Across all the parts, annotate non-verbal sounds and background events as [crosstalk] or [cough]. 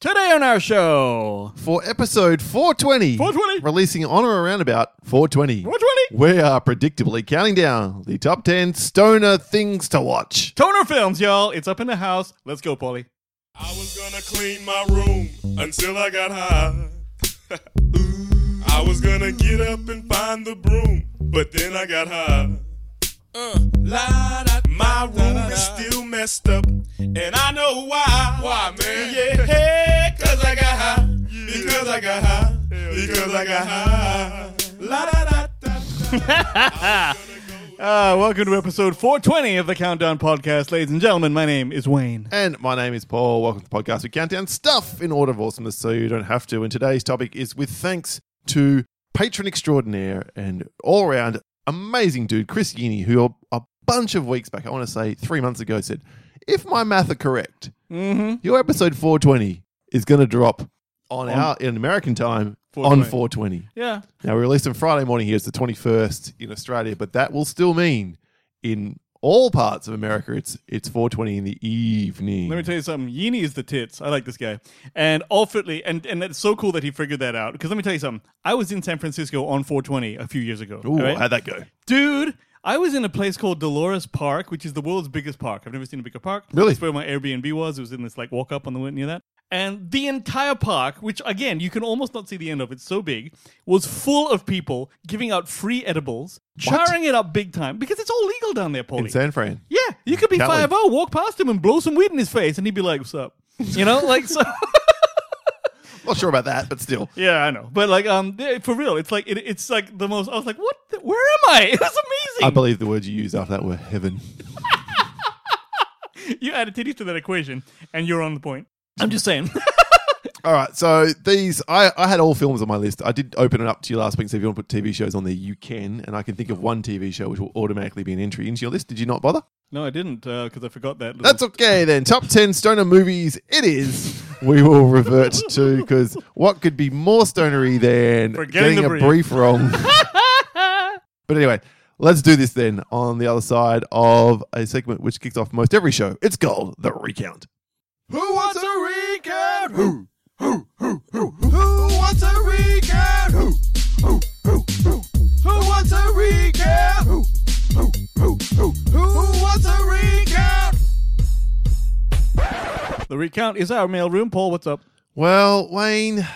Today on our show, for episode 420. 420. Releasing on or around about 420. 420. We are predictably counting down the top 10 stoner things to watch. Toner Films, y'all. It's up in the house. Let's go, Polly. I was gonna clean my room until I got high. [laughs] I was gonna get up and find the broom, but then I got high. Uh, la, da, my room is still messed up, and I know why. Why, man? Yeah, cause I got high. Because I got high. Because I got high. La da da da. Uh, welcome to episode 420 of the Countdown Podcast, ladies and gentlemen. My name is Wayne. And my name is Paul. Welcome to the podcast. We count down stuff in order of awesomeness so you don't have to. And today's topic is with thanks to patron extraordinaire and all around amazing dude, Chris Yeeney, who a, a bunch of weeks back, I want to say three months ago, said, If my math are correct, Mm-hmm. your episode 420 is going to drop on, our, in American time, on 420. 420. Yeah. Now, we released on Friday morning here. It's the 21st in Australia, but that will still mean in all parts of America, it's it's 420 in the evening. Let me tell you something. Yeenie is the tits. I like this guy. And ultimately, and, and it's so cool that he figured that out. Because let me tell you something. I was in San Francisco on 420 a few years ago. Ooh, all right? how'd that go? Dude, I was in a place called Dolores Park, which is the world's biggest park. I've never seen a bigger park. Really? That's where my Airbnb was. It was in this like walk up on the way near that. And the entire park, which again, you can almost not see the end of, it's so big, was full of people giving out free edibles, charring it up big time because it's all legal down there, Paulie. In San Fran. Yeah, you could be That was- five zero, walk past him and blow some weed in his face, and he'd be like, "What's up?" You know, like so. Not sure about that, but still. [laughs] yeah, I know, but like, um, yeah, for real, it's like it, it's like the most. I was like, "What? the- where am I?" [laughs] It was amazing. I believe the words you used after that were heaven. you added titties to that equation, and you're on the point. I'm just saying. All right, so these I, I had all films on my list. I did open it up to you last week and say if you want to put TV shows on there, you can, and I can think of one TV show which will automatically be an entry into your list. Did you not bother? [laughs] no, I didn't because I forgot that. little- That's okay then. Top 10 stoner movies it is. We will revert to because what could be more stonery than Forgetting the a brief. [laughs] brief wrong? but anyway, let's do this then on the other side of a segment which kicks off most every show. It's called The Recount. Who wants a recount? Who? Who? Who? Who? Who wants a recount? Who? Who? Who? Who? Who wants a recount? Who? Who? Who? Who? Who wants a recount? the recount is our mailroom. Paul, what's up? Well, Wayne,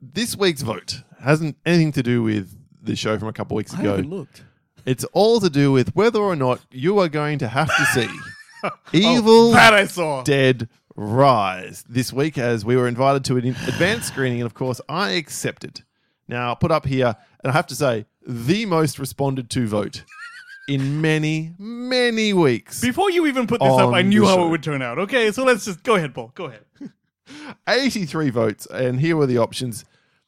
this week's vote hasn't anything to do with the show from a couple weeks ago. looked. It's all to do with whether or not you are going to have to [laughs] see Evil Oh, That I saw. Dead Rise this week as we were invited to an in- advanced screening, and of course, I accepted. Now, I'll put up here, and I have to say, the most responded to vote in many, many weeks. Before you even put this up, On I knew the how show. it would turn out. Okay, so let's just go ahead, Paul. Go ahead. 83 votes, and here were the options.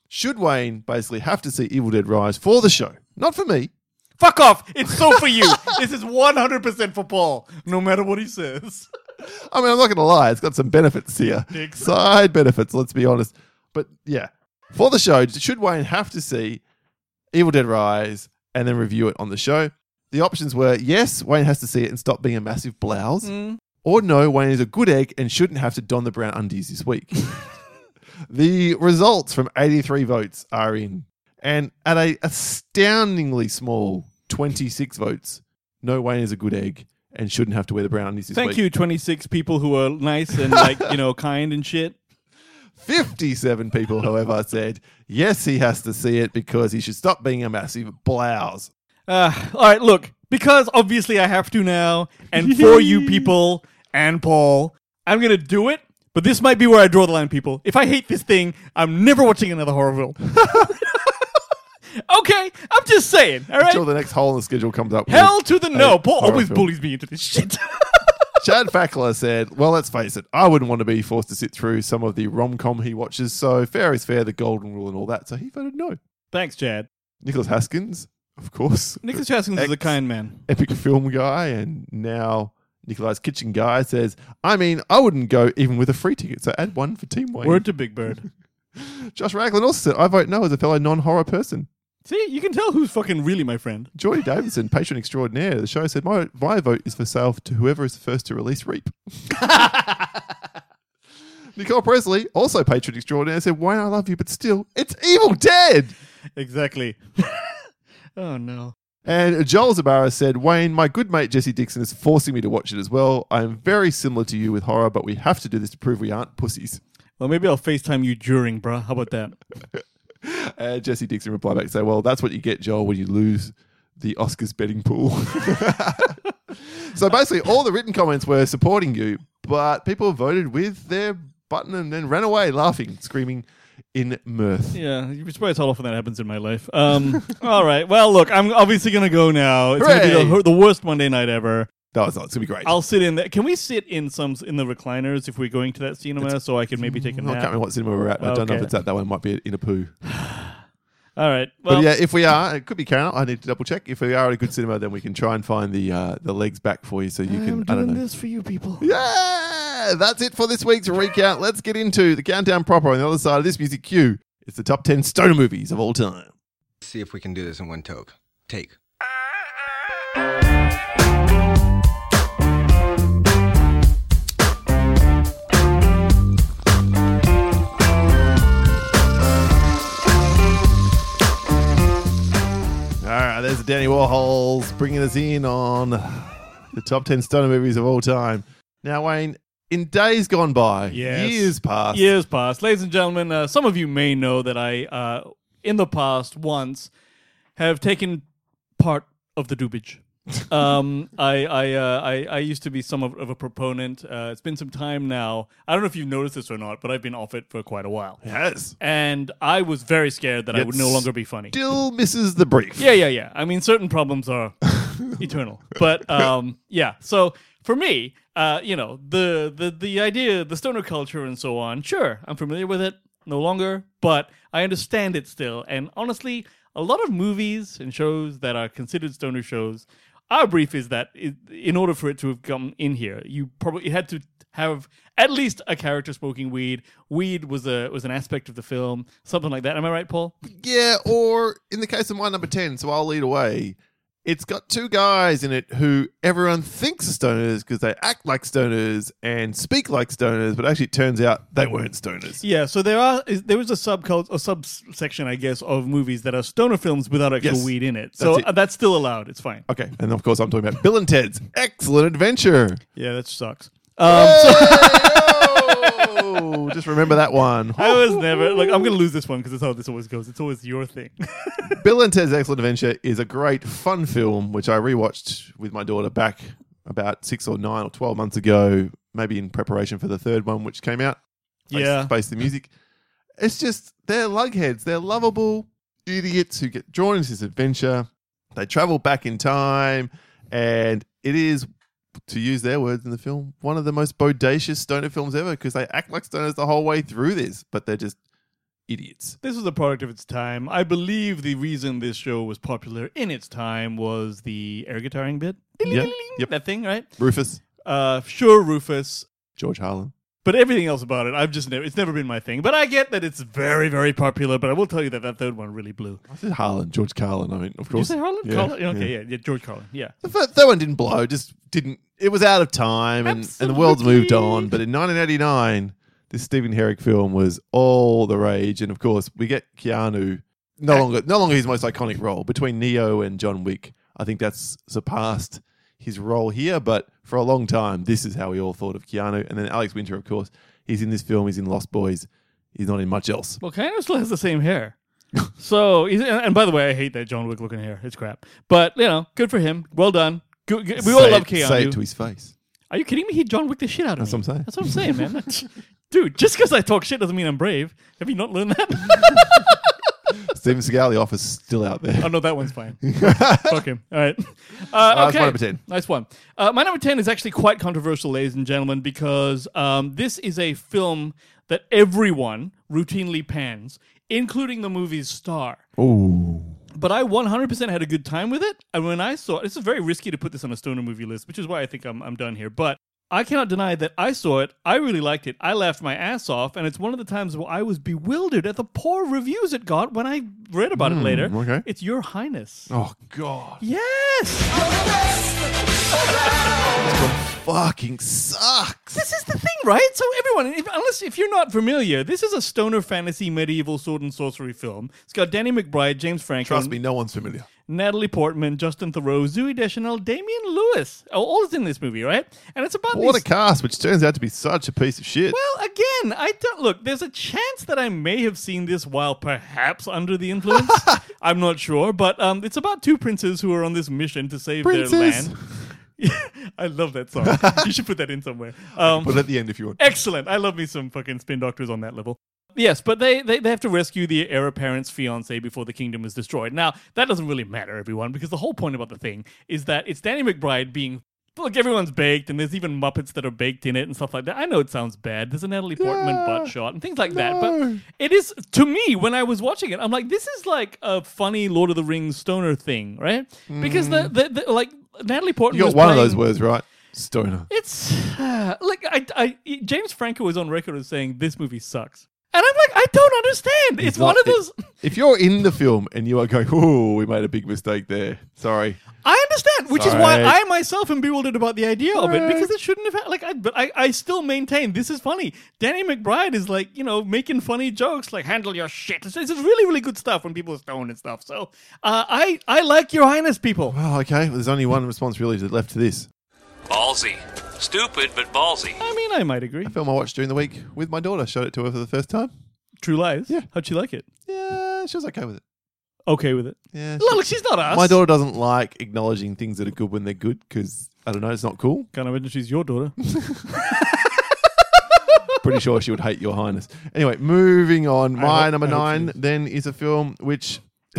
Should Wayne basically have to see Evil Dead Rise for the show? Not for me. [laughs] Fuck off. It's so for you. [laughs] this is 100% for Paul, no matter what he says. I mean, I'm not going to lie, it's got some benefits here. Dicks. Side benefits, let's be honest. But yeah, for the show, should Wayne have to see Evil Dead Rise and then review it on the show? The options were yes, Wayne has to see it and stop being a massive blouse, Mm. or no, Wayne is a good egg and shouldn't have to don the brown undies this [laughs] week. the results from 83 votes are in, and at a astoundingly small 26 votes, no, Wayne is a good egg and shouldn't have to wear the brown undies this week. Thank you, 26 people who are nice and, like, you know, kind and shit. 57 people, however, said, yes, he has to see it because he should stop being a massive blouse. Uh, all right, look, because obviously I have to now, and for [laughs] you people and Paul, I'm gonna do it. But this might be where I draw the line, people. If I hate this thing, I'm never watching another horror film. [laughs] okay, I'm just saying. All Until right, the next hole in the schedule comes up. with hell to the a no. Paul horror always film. bullies me into this shit. [laughs] Chad Fackler said, well, let's face it, I wouldn't want to be forced to sit through some of the rom com he watches, so fair is fair, the golden rule and all that. So he voted no. Thanks, Chad. Nicholas Haskins, of course. [laughs] Nicholas Haskins is a Ex- kind man. epic film guy and now Nikolai's kitchen guy says, I mean, I wouldn't go even with a free ticket, so add one for Team Wayne. Word to Big Bird. Josh Ragland also said, I vote no as a fellow non horror person. See, you can tell who's fucking really my friend. Jordy Davidson, patron extraordinaire, of the show said, my, my vote is for sale to whoever is the first to release Reap. Nicole Presley, also patron extraordinaire, said, Wayne, I love you, but still, it's Evil Dead. Exactly. [laughs] oh no. And Joel Zabara said, Wayne, my good mate Jesse Dixon is forcing me to watch it as well. I am very similar to you with horror, but we have to do this to prove we aren't pussies. Well, maybe I'll FaceTime you during, bruh. How about that? And Uh, Jesse Dixon replied back, say, Well, that's what you get, Joel, when you lose the Oscars betting pool. [laughs] so basically, all the written comments were supporting you, but people voted with their button and then ran away laughing, screaming in mirth. Yeah, you'd be surprised how often that happens in my life. Um, [laughs] all right. Well, look, I'm obviously gonna go now. It's gonna be Hooray! the, the worst Monday night ever. No, it's not. It's going to be great. I'll sit in there. Can we sit in some in the recliners if we're going to that cinema, so I can maybe take a I can't nap? remember what cinema we're at. but I don't know if Okay. it's at that one. Might be in a poo. All right. Well, But yeah, if we are, it could be Karen. I need to double check. If we are at a good cinema, then we can try and find the uh, the legs back for you, so you I'm can. I don't doing know. this for you people. Yeah, that's it for this week's recount. Let's get into the countdown proper on the other side of this music cue. It's the top ten stoner movies of all time. See if we can do this in one toke. Take. All right, there's Danny Warhol's bringing us in on the top ten stoner movies of all time. Now, Wayne, in days gone by, Yes. years past, Years past, ladies and gentlemen. Uh, some of you may know that I, uh, in the past, once have taken part of the doobage. um, I I, uh, I I used to be some of, of a proponent. Uh, it's been some time now. I don't know if you've noticed this or not, but I've been off it for quite a while, yes, and I was very scared that I Yet would no longer be funny. still misses the brief. Yeah, yeah, yeah. I mean, certain problems are eternal, but um, yeah. So for me, uh, you know, the the the idea, the stoner culture, and so on. Sure, I'm familiar with it. No longer, but I understand it still. And honestly, a lot of movies and shows that are considered stoner shows. Our brief is that i in order for it to have come in here, you probably it had to have at least a character smoking weed. Weed was a was an aspect of the film, something like that. Am I right, Paul? Yeah, or in the case of my number 10, so I'll lead away, it's got two guys in it who everyone thinks are stoners because they act like stoners and speak like stoners, but actually it turns out they weren't stoners. Yeah, so there are is, there is a subcult a subsection, I guess, of movies that are stoner films without actual Yes, weed in it. So it. uh, that's still allowed. It's fine. Okay, and of course I'm talking about Bill and Ted's Excellent Adventure. Yeah, that sucks. Um, Oh, just remember that one. I was never like I'm gonna lose this one because that's how this always goes. It's always your thing. [laughs] Bill and Ted's Excellent Adventure is a great fun film which I rewatched with my daughter back about six or nine or twelve months ago, maybe in preparation for the third one which came out. Based- yeah, based the music. It's just they're lugheads. They're lovable idiots who get drawn into this adventure. They travel back in time, and it is, to use their words in the film, one of the most bodacious stoner films ever because they act like stoners the whole way through this, but they're just idiots. this was a product of its time. I believe the reason this show was popular in its time was the air guitaring bit. Yep. Yep. That thing, right? Rufus, Uh, sure, Rufus. George Harlan. But everything else about it, I've just never, it's never been my thing. But I get that it's very, very popular. But I will tell you that that third one really blew. I said Harlan, George Carlin. I mean, Did of you course. say Harlan? Yeah, Carlin? Okay, yeah. yeah, George Carlin. Yeah. The fir- that one didn't blow. Just didn't. It was out of time, and, and the world's moved on. But in 1989, this Stephen Herrick film was all the rage, and of course, we get Keanu. No longer, no longer his most iconic role between Neo and John Wick. I think that's surpassed his role here. But for a long time, this is how we all thought of Keanu. And then Alex Winter, of course, he's in this film. He's in Lost Boys. He's not in much else. Well, Keanu still has the same [laughs] hair. so, he's- and, and by the way, I hate that John Wick looking hair. It's crap. But, you know, good for him. Well done. Good, good- We all Say love it- Say it to Keanu. his face. Are you kidding me? He John Wick the shit out of That's me. what I'm saying. That's what I'm saying, man. [laughs] That's- Dude, just because I talk shit doesn't mean I'm brave. Have you not learned that? Steven Seagal, the office, still out there. oh, no, that one's [laughs] fine. Fuck him. All right. Uh, that's okay. my number 10. Nice one. Uh, my number 10 is actually quite controversial, ladies and gentlemen, because um, this is a film that everyone routinely pans, including the movie's star. Oh. Ooh. But I 100% had a good time with it. And when I saw it, it's very risky to put this on a stoner movie list, which is why I think I'm, I'm done here. But I cannot deny that I saw it. I really liked it. I laughed my ass off. And it's one of the times where I was bewildered at the poor reviews it got when I read about it later. Hmm, okay. It's Your Highness. Oh God. Yes! fucking sucks. This is the thing. right? So everyone, if, unless if you're not familiar, this is a stoner fantasy medieval sword and sorcery film. It's got Danny McBride, James Franco, Trust me, no one's familiar. Natalie Portman, Justin Thoreau, Zooey Deschanel, Damian Lewis. Oh, all is in this movie, right? And it's about What a these- cast, which turns out to be such a piece of shit. well, again, I don't look. There's a chance that I may have seen this while perhaps under the [laughs] influence. I'm not sure, but um, it's about two princes who are on this mission to save their Princes. land. [laughs] I love that song. you should put that in somewhere. Um, But at the end, if you want. excellent. I love me some fucking spin doctors on that level. Yes, but they, they, they have to rescue the heir apparent's fiance before the kingdom is destroyed. Now, that doesn't really matter, everyone, because the whole point about the thing is that it's Danny McBride being. Look, everyone's baked, and there's even Muppets that are baked in it and stuff like that. I know it sounds bad. There's a Natalie Portman Yeah. butt shot and things like that. But No. it is, to me, when I was watching it, I'm like, this is like a funny Lord of the Rings stoner thing, right? Because, the, the, the like, Natalie Portman Mm. You got was one of playing- those words right. Stoner. it's uh, like I, I James Franco was on record as saying this movie sucks, and I'm like, I don't understand. It's one of Like, those. e- If you're in the film and you are going, "Oh, we made a big mistake there. Sorry." I understand, which is why Sorry. I myself am bewildered about the idea of it because it shouldn't have. ha- Like, I, but I, I still maintain this is funny. Danny McBride is like, you know, making funny jokes, like handle your shit. This this is really, really good stuff when people are stoned and stuff. So, uh, I, I like Your Highness, people. Well, Oh, okay. There's only one response really to- left to this. Ballsy. Stupid, but ballsy. I mean, I might agree. A film I watched during the week with my daughter. Showed it to her for the first time. True Lies. Yeah. How'd she like it? Yeah, she was okay with it. Okay with it. Yeah. she- Look, she's not us. my daughter doesn't like acknowledging things that are good when they're good because I don't know, it's not cool. Can't imagine she's your daughter. Pretty sure she would hate your highness. Anyway, moving on. My hope- number I hope she nine is. then is a film which [laughs]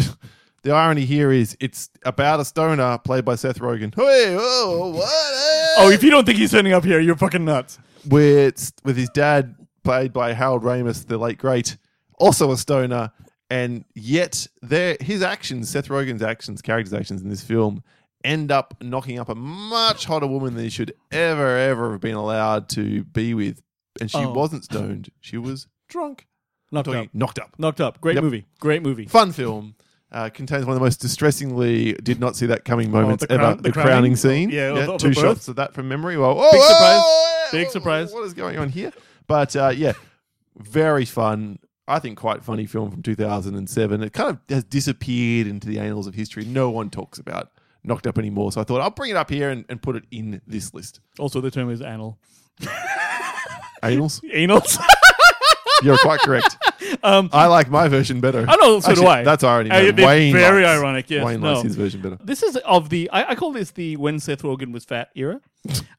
the irony here is it's about a stoner played by Seth Rogen. Hey, oh, what? Oh, if you don't think he's turning up here, you're fucking nuts. with with his dad played by Harold Ramis, the late great, also a stoner, and yet their his actions, Seth Rogen's actions, character's actions in this film, end up knocking up a much hotter woman than he should ever ever have been allowed to be with, and she Oh. wasn't stoned; she was drunk, Knocked Talking- up. knocked up. Knocked up. Great Yep. movie. Great movie. Fun film. Uh, contains one of the most distressingly did not see that coming moments Oh, the ever. crown- the, the crowning, crowning? scene. Yeah, of- of two the birth. shots of that from memory. Well, oh, Big oh, surprise. oh, Big oh, surprise. What is going on here? But uh, yeah, very fun. I think quite funny film from 2007. It kind of has disappeared into the annals of history. No one talks about Knocked Up anymore. So I thought I'll bring it up here and, and put it in [laughs] this list. Also, the term is anal. Annals? Anals? You're quite [laughs] correct. I like my version better. Oh, no, so do Actually, Um, I. That's irony. Uh, man. it's Wayne very likes- ironic, yes, Wayne no. likes his version better. this is of the, I, I call this the when Seth Rogen was fat era.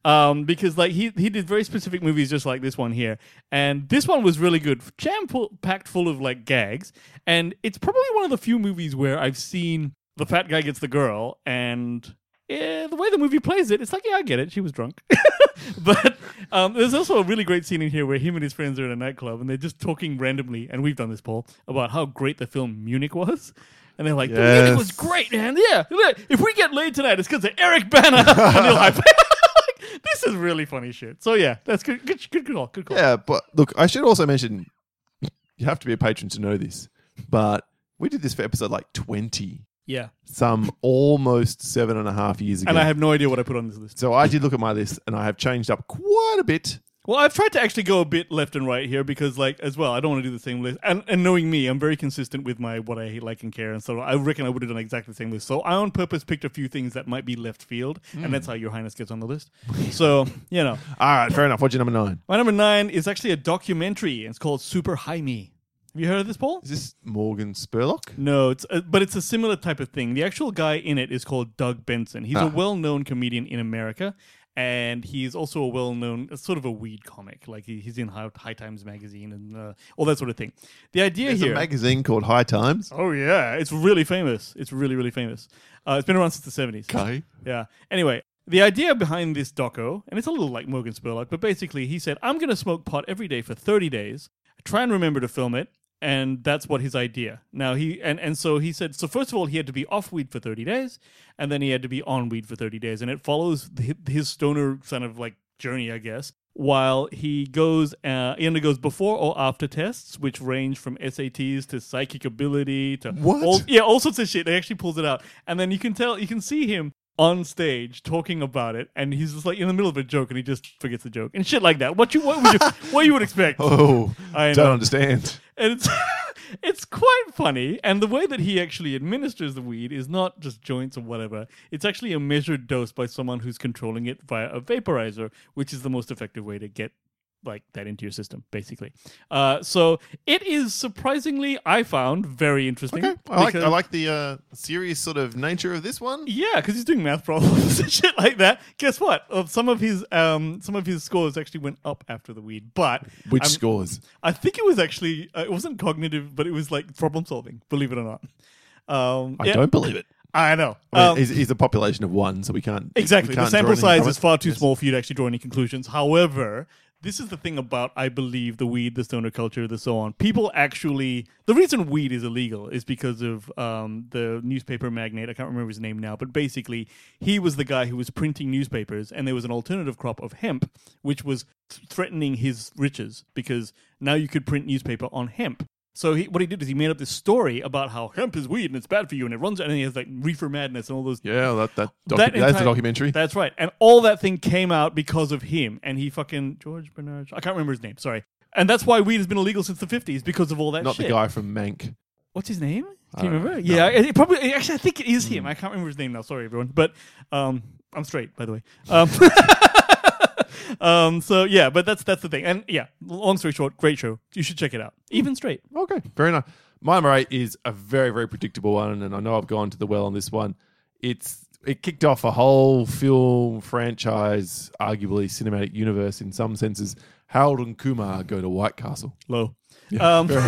Um, because like he he did very specific movies just like this one here, and this one was really good, jam full- packed full of like gags, and it's probably one of the few movies where I've seen the fat guy gets the girl, and eh, the way the movie plays it, it's like yeah I get it, she was drunk, [laughs] but um, there's also a really great scene in here where him and his friends are in a nightclub and they're just talking randomly, and we've done this Paul about how great the film Munich was. And they're like, "The Munich was Yes. great, man. Yeah, look, if we get laid tonight, it's because of Eric [laughs] Banner." and they're like, like, this is really funny shit. So yeah, that's good. Good, good call. Good call. Yeah, but look, I should also mention you have to be a patron to know this, but we did this for episode like 20, Yeah. some almost seven and a half years ago. And I have no idea what I put on this list. so I did look at my list and I have changed up quite a bit. Well, I've tried to actually go a bit left and right here because, like, as well, I don't want to do the same list. And, and knowing me, I'm very consistent with my what I hate, like, and care. And so I reckon I would have done exactly the same list. So I, on purpose, picked a few things that might be left field, and that's how Your Highness gets on the list. so you know, All right, fair enough. What's your number nine? my number nine is actually a documentary. And it's called Super High Me. Have you heard of this, Paul? Is this Morgan Spurlock? No, it's uh but it's a similar type of thing. The actual guy in it is called Doug Benson. He's a well-known comedian in America, and he's also a well-known uh, sort of a weed comic. Like he, he's in High, High Times magazine and uh, all that sort of thing. The idea It's here, a magazine called High Times. oh yeah, it's really famous. It's really really famous. Uh, it's been around since the seventies. Okay. Yeah. Anyway, the idea behind this doco, and it's a little like Morgan Spurlock, but basically he said, I'm going to smoke pot every day for 30 days, try and remember to film it. And that's what his idea. Now he and, and so he said. So first of all, he had to be off weed for thirty days, and then he had to be on weed for thirty days, and it follows hi- his stoner kind of like journey, I guess. While he goes, uh, he undergoes before or after tests, which range from SATs to psychic ability to What? all yeah, all sorts of shit. They actually pulls it out, and then you can tell, you can see him on stage talking about it, and he's just like in the middle of a joke, and he just forgets the joke and shit like that. What you what would you [laughs] what you would expect? Oh, I don't know. understand. and it's [laughs] it's quite funny. And the way that he actually administers the weed is not just joints or whatever. It's actually a measured dose by someone who's controlling it via a vaporizer, which is the most effective way to get like that into your system, basically. Uh, so it is surprisingly, I found very interesting. Okay, I like I because- like the uh, serious sort of nature of this one. yeah, because he's doing math problems [laughs] and shit like that. Guess what? Uh, some of his um, some of his scores actually went up after the weed, but Which I'm- scores? I think it was actually uh, it wasn't cognitive, but it was like problem solving. Believe it or not, um, I yeah, don't believe it. I know I mean, Um, he's, he's a population of one, so we can't we exactly. The can't draw sample anything size from is it. far too small for you to actually draw any conclusions. However, this is the thing about I believe the weed, the stoner culture, the so on. People actually the reason weed is illegal is because of um, the newspaper magnate. I can't remember his name now, but basically he was the guy who was printing newspapers, and there was an alternative crop of hemp, which was th- threatening his riches because now you could print newspaper on hemp. So he, what he did is he made up this story about how hemp is weed and it's bad for you and it runs and he has like reefer madness and all those Yeah, that that, docu- that that's a entire- documentary. That's right. And all that thing came out because of him. And he fucking George Bernard. I can't remember his name. Sorry. And that's why weed has been illegal since the fifties because of all that. Not shit. the guy from Mank. What's his name? Do you don't remember? know. Yeah, it it probably it- actually I think it is him. I can't remember his name now. Sorry, everyone. But um, I'm straight, by the way. Um, um, [laughs] so yeah, but that's that's the thing. And yeah, long story short, great show. You should check it out. Even straight. Okay, very nice. My number eight is a very, very predictable one, and I know I've gone to the well on this one. It's it kicked off a whole film franchise, arguably cinematic universe in some senses. Harold and Kumar go to White Castle. Low. Yeah, um, [laughs] fair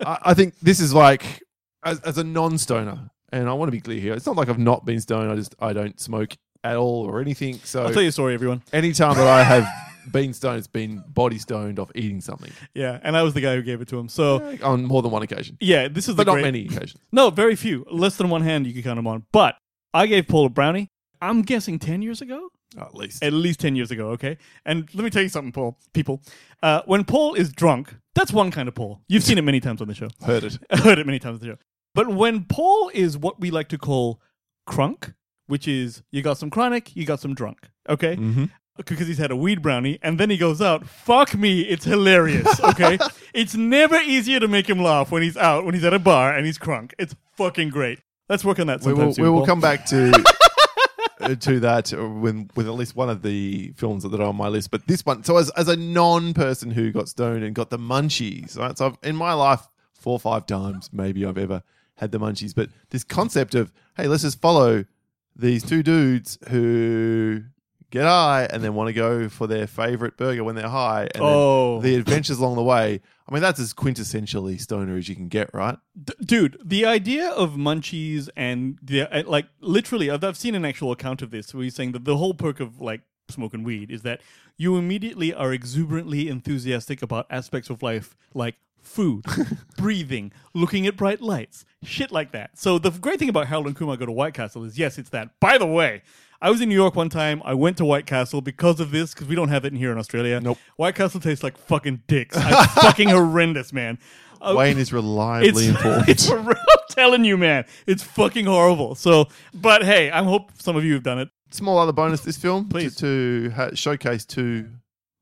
I, I think this is like as, as a non-stoner, and I want to be clear here. It's not like I've not been stoned. I just I don't smoke at all or anything. So I'll tell you a story, everyone. anytime that I have been stoned, it's been body stoned off eating something Yeah, and I was the guy who gave it to him. So on more than one occasion, yeah, this is the but not great- many occasions. No, very few. Less than one hand you can count them on. But I gave Paul a brownie. I'm guessing 10 years ago? At least. At least 10 years ago, okay? And let me tell you something, Paul, people. Uh, when Paul is drunk, that's one kind of Paul. You've seen it many times on the show. Heard it. I [laughs] heard it many times on the show. But when Paul is what we like to call crunk, which is you got some chronic, you got some drunk, okay? Mm-hmm. Because he's had a weed brownie, and then he goes out. Fuck me, it's hilarious, [laughs] okay? it's never easier to make him laugh when he's out, when he's at a bar and he's crunk. It's fucking great. Let's work on that We sometime will, soon. we will Paul. come back to [laughs] uh, to that uh, when with at least one of the films that are on my list. But this one, so as, as a non person who got stoned and got the munchies, right? So I've, in my life, four or five times maybe I've ever had the munchies. But this concept of hey, let's just follow these two dudes who get high and then want to go for their favorite burger when they're high, and then Oh. the adventures along the way. I mean, that's as quintessentially stoner as you can get, right? D- dude, the idea of munchies and the uh, like, literally, I've, I've seen an actual account of this where he's saying that the whole perk of like smoking weed is that you immediately are exuberantly enthusiastic about aspects of life like food, breathing, looking at bright lights, shit like that. So the great thing about Harold and Kumar Go to White Castle is yes, it's that. By the way. I was in New York one time. I went to White Castle because of this, because we don't have it in here in Australia. Nope. White Castle tastes like fucking dicks. It's fucking horrendous, man. Uh, [laughs] Wayne is reliably informed. it's for real. I'm telling you, man. It's fucking horrible. So, but hey, I hope some of you have done it. small other bonus this film Please. to, to ha- showcase two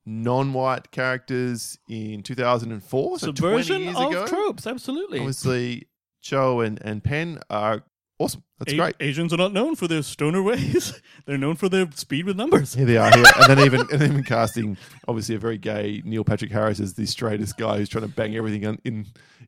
non-white characters in 2004 so 20 Subversion years of ago Oh, tropes, absolutely. obviously cho and, and penn are awesome that's A- great Asians are not known for their stoner [laughs] ways. They're known for their speed with numbers. here they are here and then even [laughs] and even casting obviously a very gay neil patrick harris as the straightest guy who's trying to bang everything un, in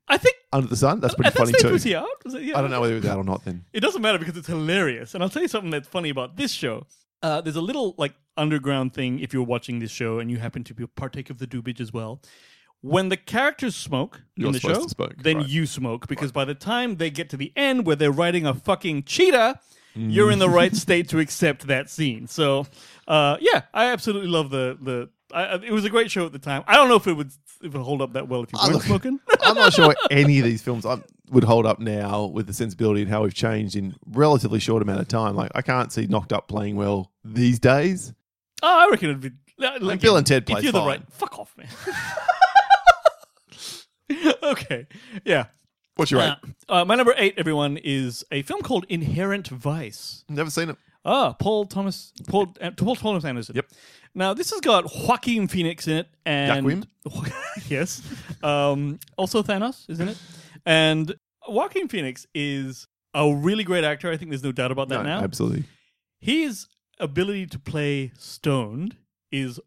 I think. under the sun that's I pretty think funny they too put it out. Is it- yeah. i don't know whether it was that or not then It doesn't matter because it's hilarious. And I'll tell you something that's funny about this show. Uh, there's a little like underground thing if you're watching this show and you happen to be partake of the doobage as well. When the characters smoke You're in the supposed show, to smoke, then right. you smoke because by the time they get to the end where they're riding a fucking cheetah, Mm. you're in the [laughs] right state to accept that scene. So, uh, yeah, I absolutely love the the. I, I- it was a great show at the time. I don't know if it would if it would hold up that well if you weren't look- smoking. [laughs] I'm not sure any of these films I would hold up now with the sensibility and how we've changed in relatively short amount of time. Like I can't see Knocked Up playing well these days. oh, I reckon it'd be. Like, Bill and Ted if play you're the [laughs] fine. right, fuck off, man. okay, yeah. What's your Uh, uh, my number eight, everyone, is a film called Inherent Vice. eight? Never seen it. Ah, Paul Thomas, Paul, uh, Paul Thomas Anderson. Yep. Now this has got Joaquin Phoenix in it, and [laughs] yes, um, also Thanos is in it, and Joaquin Phoenix is a really great actor. I think there's no doubt about that. No, now, absolutely. his ability to play stoned is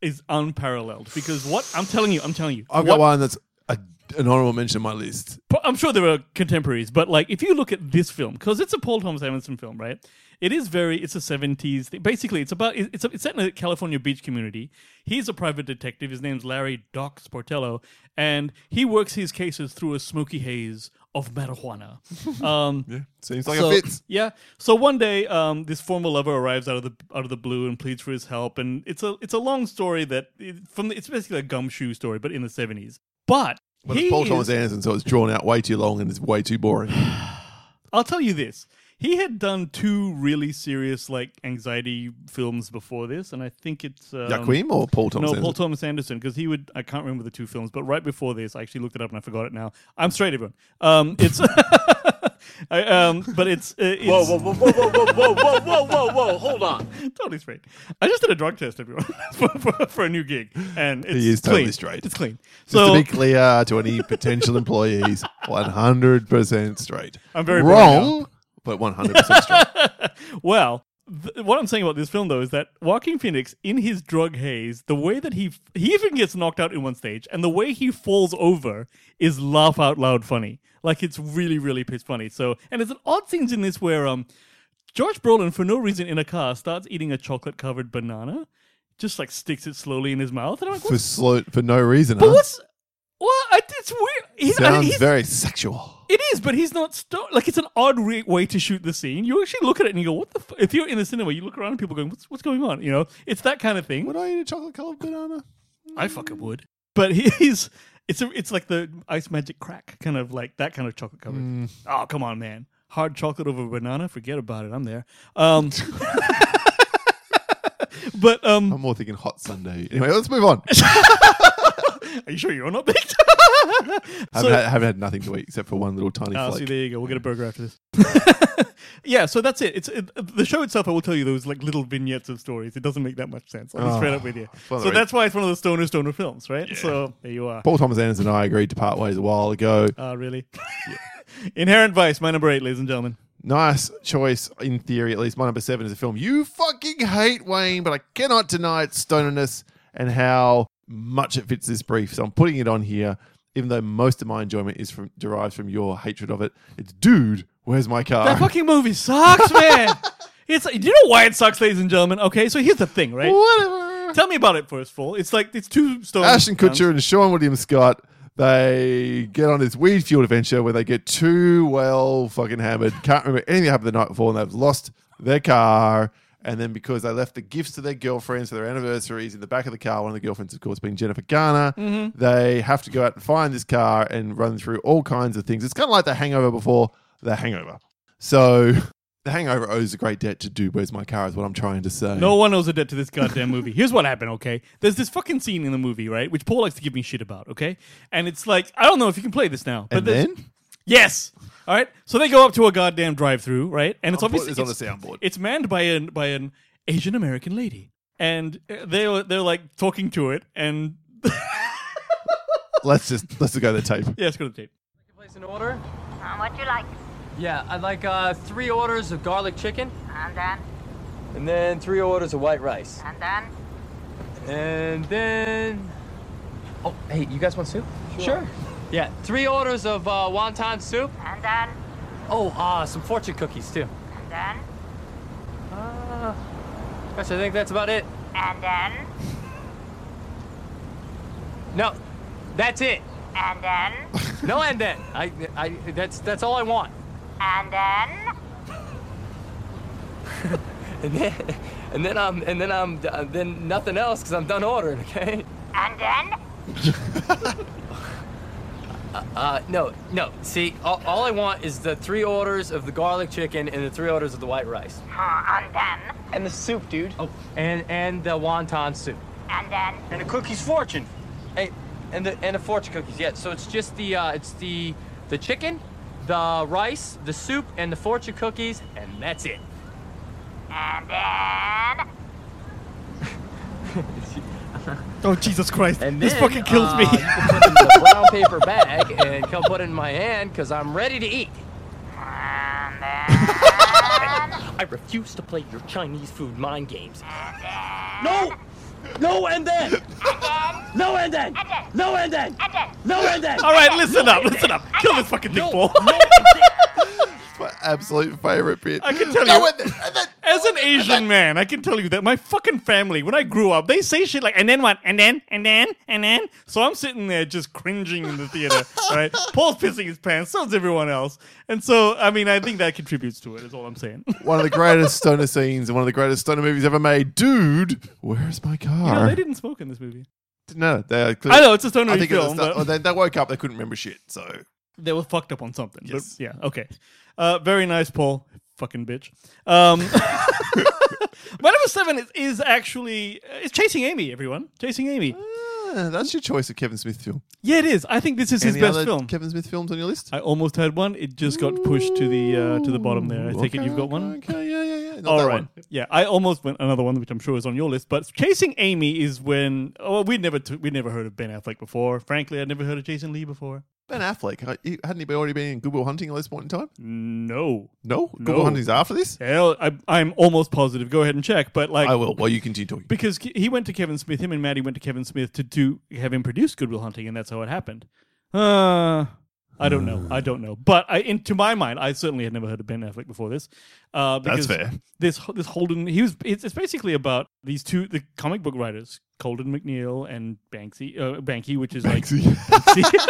is unparalleled because what I'm telling you, I'm telling you, I've what got one that's a, an honorable mention on my list. Pro- I'm sure there are contemporaries, but like if you look at this film, because it's a Paul Thomas Anderson film, right? It is very, it's a 70s thing. Basically, it's about, it's, it's set in a California beach community. He's a private detective. His name's Larry Doc Sportello, and he works his cases through a smoky haze of marijuana. Um, Yeah, seems like so- it fits. Yeah. So one day, um, this former lover arrives out of the out of the blue and pleads for his help, and it's a it's a long story that it, from the, it's basically a gumshoe story, but in the seventies. But, But he it's Paul Thomas is- Um, Anderson, so it's drawn out way too long and it's way too boring. I'll tell you this. He had done two really serious like anxiety films before this, and I think it's um, Yaquim or Paul Thomas no, Paul Anderson? Thomas Anderson, because he would. I can't remember the two films, but right before this, I actually looked it up and I forgot it now. I'm straight, everyone. Um, it's, [laughs] I, um, but it's, uh, it's whoa, whoa, whoa, whoa, whoa, whoa, whoa, whoa, whoa, hold on, [laughs] totally straight. I just did a drug test, everyone, [laughs] for, for, for a new gig, and it's is clean. totally straight. It's clean. Just so to be clear to any [laughs] potential employees, 100% straight. I'm very boring wrong, but [laughs] 100% straight. Well, th- what I'm saying about this film though is that Joaquin Phoenix, in his drug haze, the way that he f- he even gets knocked out in one stage, and the way he falls over is laugh out loud funny. Like it's really really piss funny. So, and there's an odd scenes in this where um, Josh Brolin for no reason in a car starts eating a chocolate covered banana, just like sticks it slowly in his mouth, and I'm like, For what? slow, for no reason. But huh? what's well, I, it's weird. [laughs] He's, I, Sounds he's, very sexual. it is, but he's not stoned. Like it's an odd re- way to shoot the scene. You actually look at it and you go, "What the?" F-? If you're in the cinema, you look around and people going, "What's what's going on?" You know, it's that kind of thing. Would I eat a chocolate covered banana? I fucking would. But [laughs] he's it's a, it's like the ice magic crack kind of like that kind of chocolate covered. Oh come on, man! Hard chocolate over banana, forget about it. I'm there. Um, [laughs] but um, I'm more thinking hot Sunday. Anyway, let's [laughs] move on. are you sure you're not baked? haven't, had, haven't had nothing to eat except for one little tiny Oh, see, flake. there you go. We'll get a burger after this. [laughs] yeah, so that's it. It's it, the show itself. I will tell you those like little vignettes of stories. It doesn't make that much sense. I'll be straight up with you. one of So the that's why it's one of the stoner stoner films, right? So there you are. Paul Thomas Anderson and I agreed to part ways a while ago. Ah, [laughs] really? Inherent Vice, my number eight, ladies and gentlemen. Nice choice, in theory, at least. My number seven is a film you fucking hate, Wayne, but I cannot deny its stonerness and how much it fits this brief. So I'm putting it on here, even though most of my enjoyment is from derives from your hatred of it. It's Dude, Where's My [laughs] Car? That [laughs] fucking movie sucks, man. [laughs] It's do you know why it sucks, ladies and gentlemen? Okay, so here's the thing, right? Whatever. Tell me about it first, Paul. It's like it's two stoner. Ashton films. Kutcher and Sean William Scott. They get on this weed fueled adventure where they get too well fucking hammered, can't remember anything that happened the night before, and they've lost their car. And then because they left the gifts to their girlfriends for their anniversaries in the back of the car, one of the girlfriends, of course, being Jennifer Garner, Mm-hmm. they have to go out and find this car and run through all kinds of things. It's kind of like the hangover before the hangover. So the hangover owes a great debt to do Where's My Car, is what I'm trying to say. No one owes a debt to this goddamn movie. Here's what happened, okay? There's this fucking scene in the movie, right? Which Paul likes to give me shit about, okay? And it's like, I don't know if you can play this now. But And there's- then? Yes! All right? So they go up to a goddamn drive through, right? And it's I'll put obviously. this Oh, on it's- a soundboard. It's manned by an, by an Asian American lady. And uh, they're, they're like talking to it, and. Let's just let's just go to the tape. yeah, let's go to the tape. Place an order? Uh, What you like? Yeah, I'd like uh, three orders of garlic chicken, And then, and then three orders of white rice, and then, and then. Oh, hey, you guys want soup? Sure. Yeah, three orders of uh, wonton soup. and then, Oh, uh, some fortune cookies too. and then, Uh, gosh, I think that's about it. and then, No, that's it. and then, No, and then I, I, that's that's all I want. and then, And then, [laughs] and then I'm, and then I'm, uh, then nothing else because I'm done ordering. Okay. and then. Uh, no, no. See, all, all I want is the three orders of the garlic chicken and the three orders of the white rice. Huh, and then, And the soup, dude. Oh, and and the wonton soup. and then, And the cookie's fortune. Hey, and the and the fortune cookies. Yeah. So it's just the uh, it's the the chicken, the rice, the soup, and the fortune cookies, and that's it. and then. Oh Jesus Christ! And this then, fucking kills uh, me. [laughs] you can put it in a brown paper bag and come put it in my hand because I'm ready to [laughs] eat. And then. I refuse to play your Chinese food mind games. No! No and then! No and then! No and then! And then. No and then! All right, listen up, listen [laughs] up. Kill this fucking No, dickball. no and then. It's my absolute favorite bit. I can tell No, you- and then- and then- As an Asian man, I can tell you that my fucking family, when I grew up, they say shit like, and then what? And then? And then? And then? So I'm sitting there just cringing in the theater, [laughs] right? Paul's pissing his pants, so is everyone else. And so, I mean, I think that contributes to it, is all I'm saying. one of the greatest stoner scenes and one of the greatest stoner movies ever made. Dude, where is my no, car? they didn't smoke in this movie. No, they are I know, it's a stoner I think at the film, start- but- oh, they, they woke up, they couldn't remember shit. So They were fucked up on something. but Yes. yeah, okay. Uh, very nice, Paul. Fucking bitch. Um, [laughs] My number seven is, is actually, uh, it's Chasing Amy, everyone. Chasing Amy. Ah, that's your choice of Kevin Smith film. Yeah, it is. I think this is his Any best other film. Kevin Smith films on your list? I almost had one. It just got pushed to the uh, to the bottom there. I take it Okay, you've got okay, one. Okay, yeah, yeah, yeah. Not All that right. one. Yeah, I almost went another one, which I'm sure is on your list. But chasing Amy is when oh, we never t- we never heard of Ben Affleck before. Frankly, I'd never heard of Jason Lee before. Ben Affleck. uh, he- Hadn't he already been in Goodwill Hunting at this point in time? No, No, No. Goodwill Hunting's after this. hell, I, I'm almost positive. Go ahead and check. But like, I will. While you continue talking. because Ke- he went to Kevin Smith. Him and Maddie went to Kevin Smith to do have him produce Goodwill Hunting, and that's how it happened. Uh, I don't know. I don't know. But I, in, to my mind, I certainly had never heard of Ben Affleck before this. Uh, because That's fair. This this Holden, he was. It's, it's basically about these two, the comic book writers, Colden McNeil and Banksy, uh, Banky, which is like [laughs]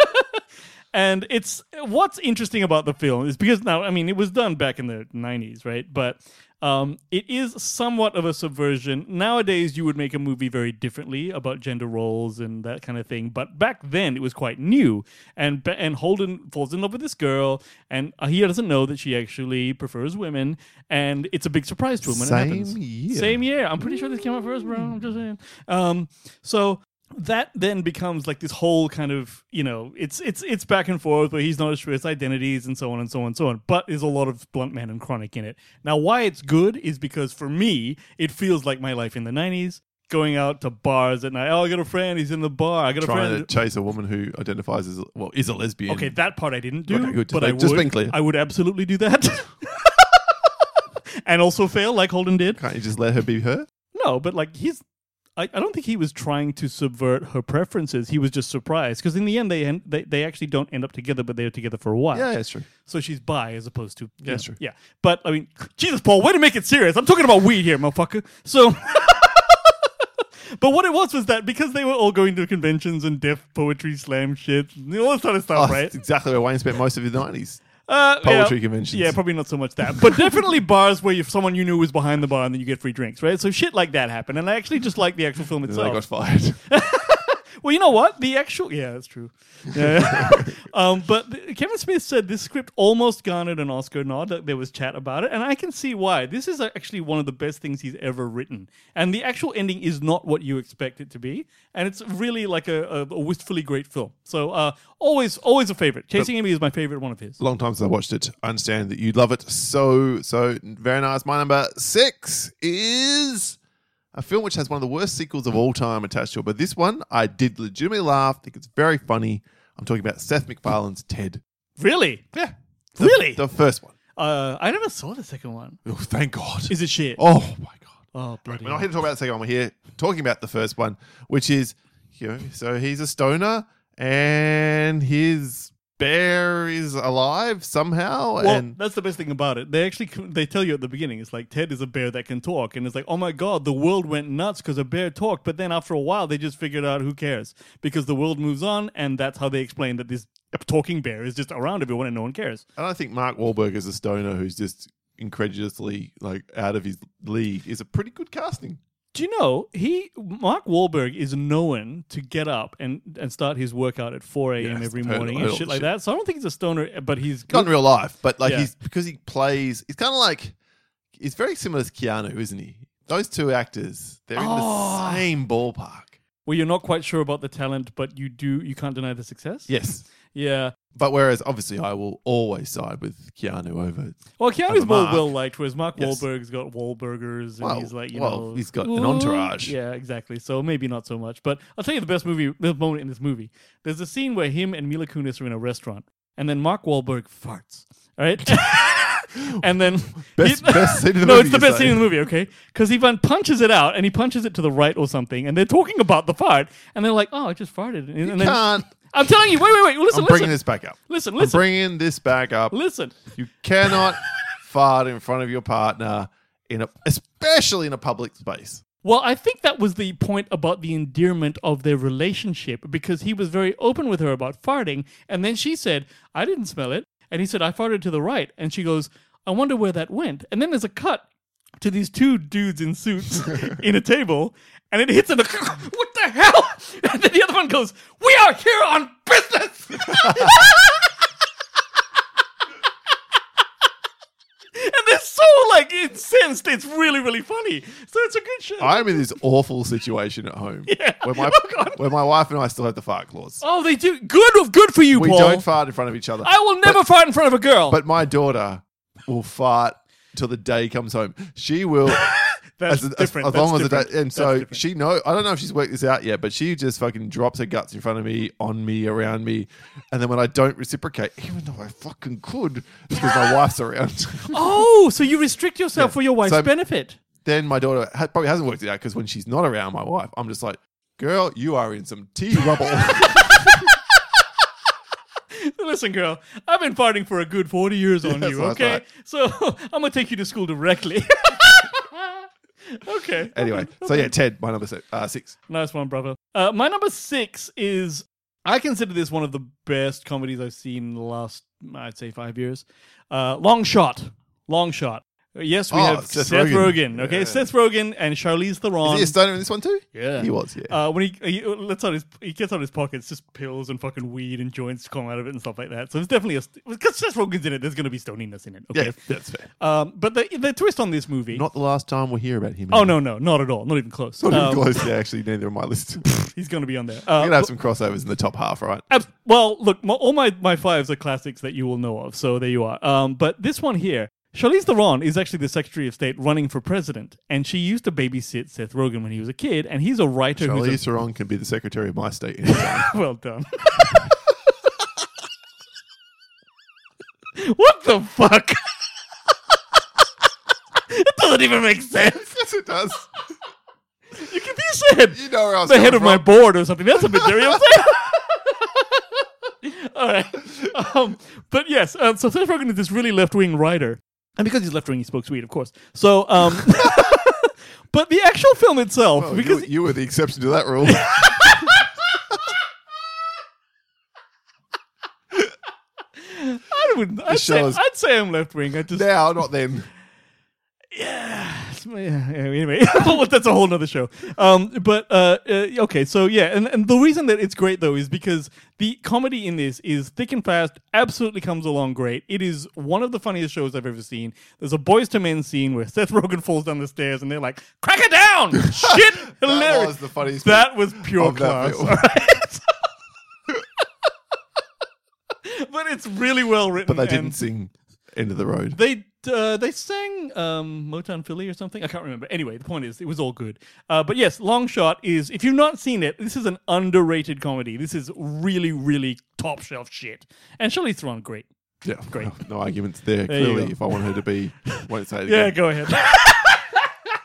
and it's what's interesting about the film is because now, I mean, it was done back in the 90s, right? But um, it is somewhat of a subversion. Nowadays, you would make a movie very differently about gender roles and that kind of thing. But back then, it was quite new. And, Ba- and Holden falls in love with this girl, and uh, he doesn't know that she actually prefers women. And it's a big surprise to him when it Same happens. year. Same same year. I'm pretty sure this came out first, bro. I'm just saying. Um, so that then becomes like this whole kind of you know it's it's it's back and forth where he's not sure his identities and so on and so on and so on but there's a lot of blunt man and chronic in it now why it's good is because for me it feels like my life in the 90s going out to bars at night oh i got a friend he's in the bar i got a [laughs] Trying to friend chase a woman who identifies as well is a lesbian. Okay, that part I didn't do, Okay, good. Just but I make- just would. being clear. I would absolutely do that, [laughs] and also fail like Holden did. Can't you just let her be her? No, but like he's. I, I don't think he was trying to subvert her preferences. He was just surprised because in the end they, end they they actually don't end up together, but they're together for a while. Yeah, that's true. So she's bi as opposed to yeah, that's true. Yeah, but I mean, Jesus, Paul, way to make it serious. I'm talking about weed here, motherfucker. So. [laughs] But what it was was that because they were all going to conventions and deaf poetry slam shit, and all that sort of Oh, stuff, right? [laughs] That's exactly where Wayne spent most of his nineties. Uh, Poetry yeah, conventions. Yeah, probably not so much that, but [laughs] definitely bars where you, someone you knew was behind the bar and then you get free drinks, right? So shit like that happened, and I actually just like the actual film And then I itself. got [laughs] fired. Well, you know what? The actual yeah, that's true. [laughs] Yeah. um, but the, Kevin Smith said this script almost garnered an Oscar nod. That there was chat about it, and I can see why. This is uh, actually one of the best things he's ever written, and the actual ending is not what you expect it to be, and it's really like a, a, a wistfully great film. So uh, always, always a favorite. Chasing Amy is my favorite one of his. Long time since I watched it. I understand that you love it so so very nice. My number six is a film which has one of the worst sequels of all time attached to it, but this one I did legitimately laugh. I think it's very funny. I'm talking about Seth MacFarlane's Ted. Really? Yeah, Really? the first one. Uh, I never saw the second one. Oh, thank God. Is it shit? Oh my God. Oh, bloody. We're not here to talk about the second one. We're here talking about the first one, which is, you know, so he's a stoner and his bear is alive somehow. Well, and that's the best thing about it. They actually c- they tell you at the beginning. It's like Ted is a bear that can talk, and it's like, oh my god, the world went nuts because a bear talked. But then after a while, they just figured out who cares because the world moves on, and that's how they explain that this talking bear is just around everyone and no one cares. and I think Mark Wahlberg as a stoner who's just incredulously like out of his league is a pretty good casting. Do you know he Mark Wahlberg is known to get up and and start his workout at 4 a.m. Yes, every I've heard- morning I've and heard shit all like the that. So I don't think he's a stoner, but he's Not in real life, but like Yeah. he's because he plays, it's kind of like, it's very similar to Keanu, isn't he? Those two actors, they're Oh. in the same ballpark. Well, you're not quite sure about the talent, but you do you can't deny the success. Yes. Yeah. But whereas obviously I will always side with Keanu over. Well, Keanu's more Mark. well liked, whereas Mark Yes. Wahlberg's got Wahlburgers, and Well, he's like, you well, know, he's got an entourage. Ooh, Yeah, exactly. So maybe not so much. But I'll tell you the best movie, the moment in this movie. There's a scene where him and Mila Kunis are in a restaurant, and then Mark Wahlberg farts. All [laughs] right, and then Best- best scene of [laughs] the no, movie, it's the you best say. scene in the movie. Okay, because he then punches it out, and he punches it to the right or something, and they're talking about the fart, and they're like, "Oh, I just farted," and, and then Can't. I'm telling you, wait, wait, wait, listen, I'm bringing listen, this back up. listen, I'm listen, bringing this back up. listen. You cannot [laughs] fart in front of your partner in a, especially in a public space. Well, I think that was the point about the endearment of their relationship because he was very open with her about farting. And then she said, I didn't smell it. And he said, I farted to the right. And she goes, I wonder where that went. And then there's a cut to these two dudes in suits in a table. And it hits in the. [laughs] What the hell? [laughs] And then the other one goes, We are here on business. [laughs] and they're so like incensed. It's really, really funny. So it's a good show. I'm in this awful situation [laughs] at home where my Oh, God. where my wife and I still have the fart clause. Oh, they do. Good, good for you, we Paul. don't fart in front of each other. I will never fart in front of a girl. But my daughter will fart till the day comes home. She will. [laughs] that's as, as- different. as that's long as different. the day, and That's so different. she know. I don't know if she's worked this out yet, but she just fucking drops her guts in front of me, on me, around me, and then when I don't reciprocate, even though I fucking could, [laughs] because my wife's around, [laughs] oh, so you restrict yourself for your wife's So- benefit. [laughs] then my daughter ha- probably hasn't worked it out because when she's not around, my wife, I'm just like, girl, you are in some tea rubble. [laughs] Listen, girl, I've been farting for a good 40 years on Yeah, you, so I was okay? like- So [laughs] I'm going to take you to school directly. [laughs] okay. anyway, so yeah, Ted, my number six. Uh, six. Nice one, brother. Uh, my number six is I consider this one of the best comedies I've seen in the last, I'd say, five years. Uh, Long Shot. Long Shot. Uh, Yes, we Oh, have Seth, Seth Rogen. Rogen. Okay, Yeah. Seth Rogen and Charlize Theron. Is he a stoner in this one too? Um, Yeah. he was. Yeah. Uh, when he, he lets out his he gets out his pockets, just pills and fucking weed and joints come out of it and stuff like that. So it's definitely a because Seth Rogen's in it. There's going to be stoniness in it. yeah, Okay. that's fair. Um, but the the twist on this movie. Not the last time we'll hear about him. oh no, no, not at all. Not even close. Not even Um, close to actually neither on my [laughs] list. We're He's going to be on there. Uh, gonna have some crossovers in the top half, right? Abs- well, look, my, all my, my fives are classics that you will know of, so there you are. Um, but this one here, Charlize Theron is actually the Secretary of State running for president, and she used to babysit Seth Rogen when he was a kid, and he's a writer Charlie who's Theron can be the secretary of my [laughs] state. anytime. a, well done. what the fuck? [laughs] it doesn't even make sense. yes, it does. You can be said. You know where I was the head coming of my from. board or something. That's a bit dirty. I'm saying. [laughs] All right. Um, but yes, um, so Seth Rogen is this really left wing writer. And because he's left wing, he spoke sweet, of course. So, um, [laughs] but the actual film itself, Well, because Oh, you, you were the exception to that [laughs] rule. I would, I'd, say, show is- I'd say I'm left wing. I just, now, not then. [laughs] It's- yeah, yeah, anyway, Well, that's a whole nother show. Um, but uh, uh, okay, so yeah, and, and the reason that it's great though is because the comedy in this is thick and fast, absolutely comes along great. It is one of the funniest shows I've ever seen. There's a Boys to Men scene where [laughs] Seth Rogen falls down the stairs and they're like, crack it [laughs] down! Shit! Hilarious! was the funniest bit That was pure of class. that film. all right? [laughs] but it's really well written. But they didn't and- sing End of the Road. they uh, they sang um, Motown Philly or something. I can't remember. Anyway, the point is, it was all good. Uh, but yes, Long Shot is if you've not seen it, this is an underrated comedy. This is really, really top shelf shit. And Charlize Theron, great. yeah, Oh. great. No arguments there, you clearly, go. if I want her to be. won't say [laughs] it Yeah, again. go [laughs] ahead.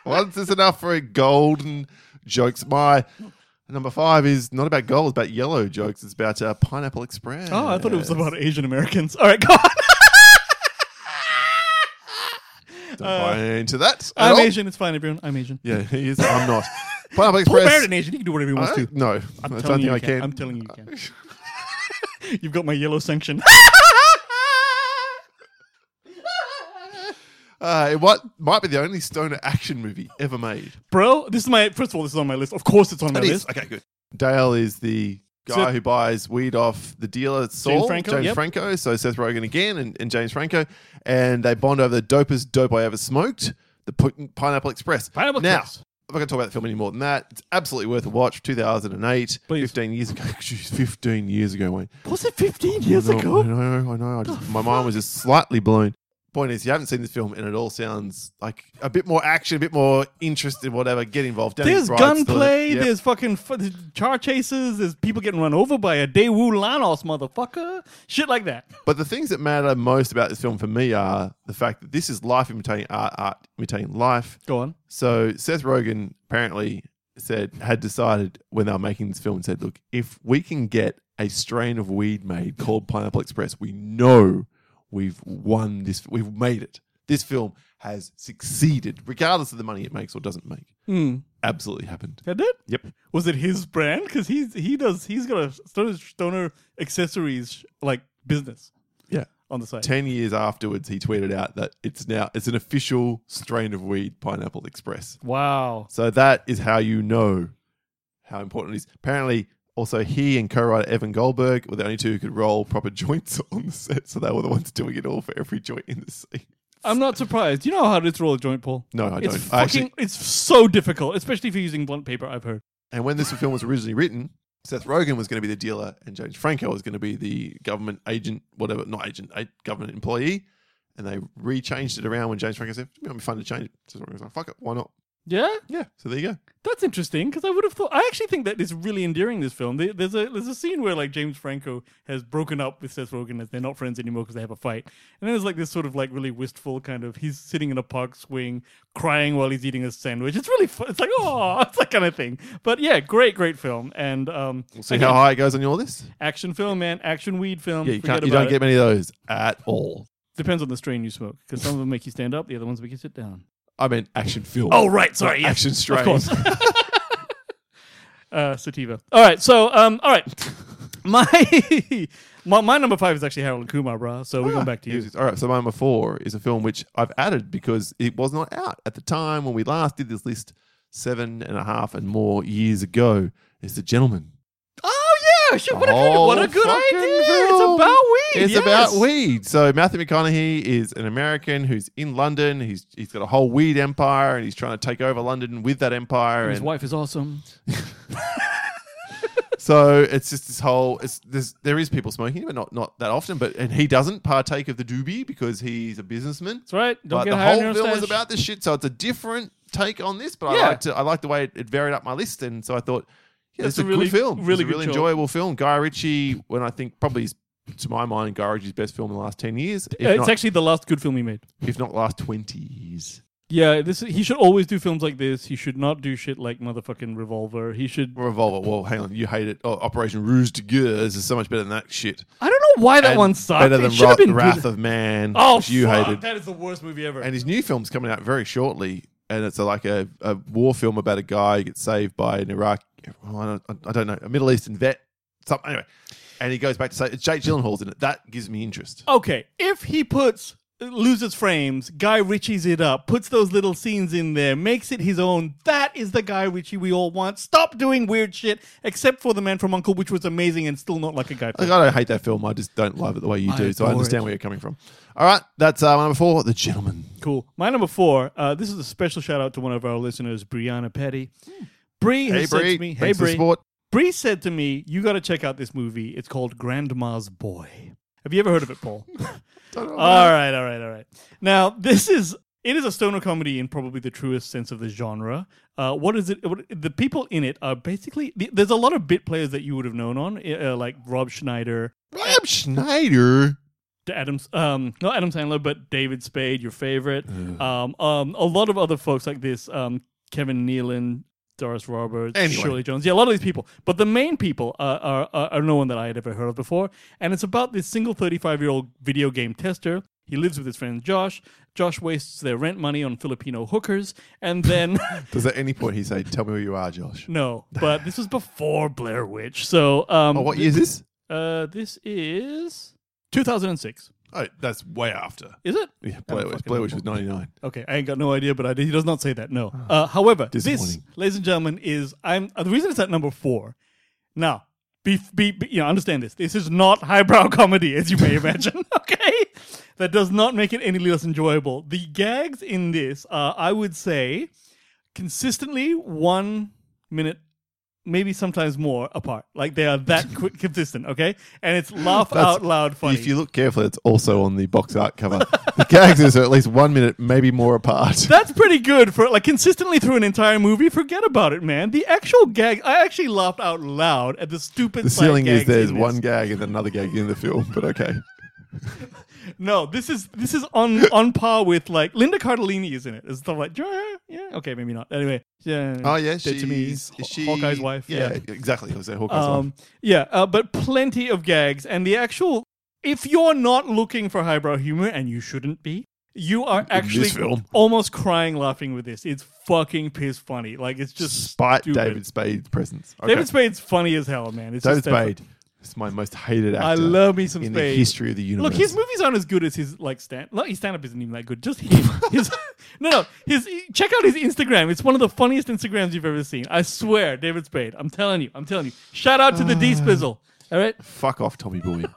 Once is enough for a golden jokes. My number five is not about gold, it's about yellow jokes. It's about uh, Pineapple Express. oh, I thought it was about Asian Americans. All right, go on. Don't Uh, buy into that. at I'm all. Asian. It's fine, everyone. I'm Asian. [laughs] Yeah, he is. I'm not. Pineapple Paul Express. Barrett, an Asian. He can do whatever he I wants to. don't- no, I'm I don't telling think you, I you can. can. I'm telling you, [laughs] you can. You've got my yellow sanction. [laughs] Uh, it what might be the only stoner action movie ever made. Bro, this is my first of all, this is on my list. Of course it's on my It is. list. Okay, good. Dale is the guy Seth- who buys weed off the dealer Saul, Franco, James yep. Franco. So Seth Rogen again and, and James Franco, and they bond over the dopest dope I ever smoked, the Pi- Pineapple Express. Pineapple now, Express. I'm not going to talk about the film any more than that. It's absolutely worth a watch. 2008, 15 years ago. [laughs] Jeez, 15 years ago, Wayne. Was it 15 years I know, ago? I know, I know. I just, my mind was just slightly blown. Point is, you haven't seen this film, and it all sounds like a bit more action, a bit more interest in whatever. Get involved. Danny There's Bride's still in it. gunplay. Yep. There's fucking f- there's char chases. There's people getting run over by a Daewoo Lanos motherfucker. Shit like that. But the things that matter most about this film for me are the fact that this is life imitating art, art imitating life. Go on. So Seth Rogen apparently said had decided when they were making this film and said, look, if we can get a strain of weed made called Pineapple Express, we know we've won this. We've made it. This film has succeeded, regardless of the money it makes or doesn't make. Absolutely happened. That it? Yep. Was it his brand? Because he's he does he's got a stoner, stoner accessories like business Yeah. on the side. Ten years afterwards, he tweeted out that it's now it's an official strain of weed, Pineapple Express. wow. So that is how you know how important it is. Apparently, also he and co-writer Evan Goldberg were the only two who could roll proper [laughs] joints on the set, so they were the ones doing it all for every joint in the scene. I'm not surprised. You know how to roll a joint, Paul? No, I it's don't. I Fucking, it's so difficult, especially if you're using blunt paper. I've heard. And when this film was originally written, Seth Rogen was going to be the dealer, and James Franco was going to be the government agent, whatever, not agent, a government employee. And they re-changed it around when James Franco said, "It'd be fun to change it." Seth Rogen was like, "Fuck it, why not?" Yeah, Yeah, so there you go. that's interesting because I would have thought. I actually think that is really endearing. This film. There- There's a there's a scene where like James Franco has broken up with Seth Rogen as they're not friends anymore because they have a fight. And then there's like this sort of like really wistful kind of he's sitting in a park swing crying while he's eating a sandwich. It's really fun. It's like oh, [laughs] it's that kind of thing. But yeah, great great film and um, We'll see how high it goes on your list. action film man, action weed film. Yeah, you Forget can't. You about don't it. get many of those at all. Depends on the strain you smoke because some of them make you stand up, the other ones make you sit down. I mean, action film. Oh, right. Sorry. yes, action strain. Of course. uh, sativa. All right. So, um, all right. [laughs] My, my my number five is actually Harold and Kumar, brah. So we're going back [laughs] to you. All right, so my number four is a film which I've added because it was not out at the time when we last did this list seven and a half and more years ago. It's The Gentleman. Oh yeah, shit, what, a good, Whole what a good fucking idea! It's film. about weed. It's yes. about weed. So Matthew McConaughey is an American who's in London. He's he's got a whole weed empire and he's trying to take over London with that empire. His and wife is awesome. So it's just this whole. It's there's there is people smoking, but not not that often. But and he doesn't partake of the doobie because he's a businessman. That's right. Don't but get the high on whole your own film was stash. about this shit, so it's a different take on this. But Yeah. I liked it. I liked the way it, it varied up my list, and so I thought, yeah, That's it's a a, really- good film. really good it's a really choice. enjoyable film. Guy Ritchie, when I think probably is, to my mind, Guy Ritchie's best film in the last ten years, Uh, if, it's not, actually the last good film he made. if not last twenty years. Yeah, this he should always do films like this. He should not do shit like motherfucking Revolver. He should. Revolver. Well, hang on, you hate it. Oh, Operation Rouge de Guerre is so much better than that shit. I don't know why that And one sucked. Better It than should have Ra- been Wrath good. of Man, Oh, which you fuck, hated. That is the worst movie ever. And his new film's coming out very shortly, and it's a, like a, a war film about a guy who gets saved by an Iraq. well, I don't, I don't know, a Middle Eastern vet. Something anyway, and he goes back to say it's Jake Gyllenhaal's in it. That gives me interest. okay, if he puts loses frames, Guy Ritchie's it up, puts those little scenes in there, makes it his own. That is the Guy Ritchie we all want. Stop doing weird shit, except for The Man from Uncle, which was amazing and still not like a guy. Like, I don't hate that film. I just don't love it the way you I do. So I adore understand it. where you're coming from. All right, that's uh, my number four, The Gentleman. Cool. My number four. Uh, this is a special shout out to one of our listeners, Brianna Petty. Bree has Hmm. Hey, said Bree. to me, "Hey, Thanks for the Bree, support. Bree said to me, "You got to check out this movie. It's called Grandma's Boy. Have you ever heard of it, Paul?" all right, all right, all right. Now this is it is a stoner comedy in probably the truest sense of the genre. Uh, what is it? What, the people in it are basically th- there's a lot of bit players that you would have known on, uh, uh, like Rob Schneider, Rob Schneider. to Adam, um, not Adam Sandler, but David Spade, your favorite. Um, um, a lot of other folks like this, um, Kevin Nealon, Doris Roberts, Anyway. Shirley Jones. Yeah, a lot of these people. But the main people uh, are, are are no one that I had ever heard of before. And it's about this single 35 year old video game tester. He lives with his friend Josh. Josh wastes their rent money on Filipino hookers, and then. [laughs] Does at any point he say, "Tell me where you are, Josh"? No, but this was before Blair Witch. So, um, Oh, what year is this? Uh, this is 2006. Oh, that's way after. Is it? Yeah, Blair, Oh, Witch. fucking Blair Witch was ninety nine. Okay, I ain't got no idea, but I did. He does not say that. No. Uh, however, this, Ah. Disappointing. ladies and gentlemen, is I'm uh, the reason it's at number four. Now, be, be, be you know, understand this. This is not highbrow [laughs] comedy, as [laughs] you may imagine. [laughs] Okay, that does not make it any less enjoyable. The gags in this, uh, I would say, consistently one minute, maybe sometimes more apart. Like they are [laughs] that quick, consistent. Okay, and it's laugh That's- out loud funny. If you look carefully, it's also on the box art cover. the characters are at least one minute, maybe more apart. [laughs] That's pretty good for like consistently through an entire movie. Forget about it, man. The actual gag, I actually laughed out loud at the stupid. The slight ceiling is gags in there's this. one gag and another gag in the film, but okay. No, this is this is on on par with like Linda Cardellini is in it. It's stuff like yeah, yeah, okay, maybe not. Anyway, yeah. Oh yeah, Dead she's to me. is Haw- she, Hawkeye's wife. Yeah, yeah. exactly. It was Hawkeye's wife. Um, yeah, uh, but plenty of gags and the actual. If you're not looking for highbrow humor, and you shouldn't be, you are actually film. almost crying laughing with this. It's fucking piss funny. Like it's just Despite stupid. David Spade's presence. Okay. David Spade's funny as hell, man. It's David just that- Spade is my most hated actor. I love me some in the Spade. history of the universe. Look, his movies aren't as good as his like stand. Like his stand-up isn't even that good. Just him. [laughs] his, no, no. His check out his Instagram. It's one of the funniest Instagrams you've ever seen. I swear, David Spade. I'm telling you. I'm telling you. Shout out to Uh, the D Spizzle. All right. Fuck off, Tommy Boy. [laughs]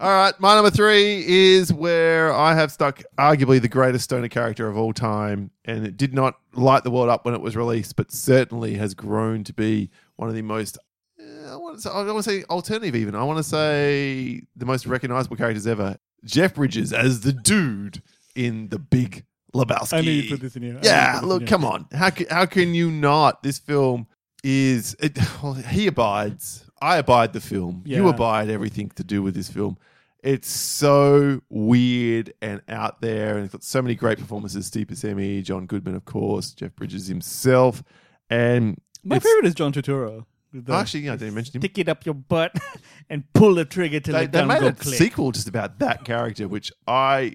All right, my number three is where I have stuck arguably the greatest stoner character of all time, and it did not light the world up when it was released, but certainly has grown to be one of the most. eh, I want to say, I want to say alternative, even. I want to say the most recognizable characters ever. Jeff Bridges as the dude in the Big Lebowski. I knew you'd put this in here. I knew you'd Yeah, put this look, in here. come on. How can, how can you not? This film is it, [laughs] well, he abides. I abide the film. You Yeah. abide everything to do with this film. It's so weird and out there, and it's got so many great performances. Steve Buscemi, John Goodman, of course, Jeff Bridges himself, and My it's- favorite is John Turturro. With the- Actually, yeah, I didn't mention him. stick it up your butt [laughs] and pull the trigger till They, it they down made go a click. sequel just about that character, which I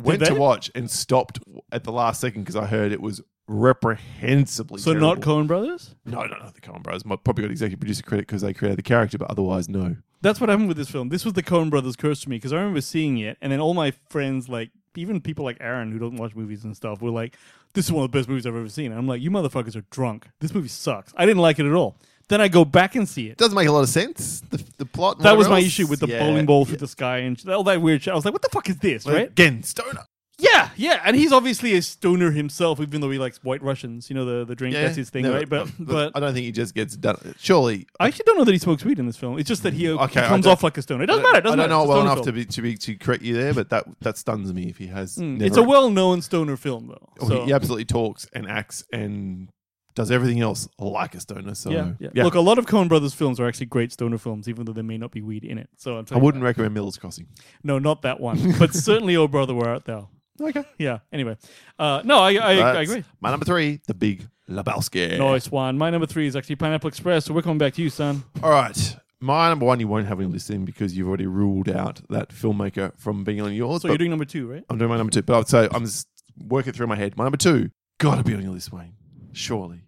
went to they? watch and stopped at the last second because I heard it was reprehensibly. so terrible. not Coen Brothers. No, no, no. The Coen Brothers might probably got executive producer credit because they created the character, but otherwise, no. That's what happened with this film. This was the Coen Brothers curse to me because I remember seeing it, and then all my friends, like even people like Aaron who don't watch movies and stuff, were like, "This is one of the best movies I've ever seen." And I'm like, "You motherfuckers are drunk. This movie sucks. I didn't like it at all." Then I go back and see it. Doesn't make a lot of sense. The, the plot. and That whatever was my else. issue with the Yeah. bowling ball through the sky and sh- all that weird shit. I was like, "What the fuck is this?" But Right? Again, stoner. Yeah, yeah. And he's obviously a stoner himself, even though he likes White Russians. You know the the drink. Yeah. That's his thing, No, right? But look, but. I don't think he just gets it done. Surely. I actually don't know that he smokes weed in this film. It's just that he uh, Okay, I comes don't- off like a stoner. It doesn't matter. It doesn't I don't matter. know It's a well stoner enough film. to be to be to correct you there, but that that stuns me if he has. never- Hmm. It's a well-known stoner film, though. Oh, So, He absolutely talks and acts and does everything else like a stoner. So yeah, Mm. yeah. Look, a lot of Coen Brothers films are actually great stoner films, even though there may not be weed in it. So I'm I wouldn't recommend Miller's Crossing. No, not that [laughs] one. but certainly, Oh Brother, Where Art Thou? Okay. Yeah. Anyway, uh, no, I, I, I That's agree. My number three, The Big Lebowski. Nice one. My number three is actually Pineapple Express. So we're coming back to you, son. All right. My number one, you won't have any listing because you've already ruled out that filmmaker from being on yours. So but you're doing number two, right? I'm doing my number two, but I would say I'm just working through my head. My number two, gotta be on your list, Wayne. Surely.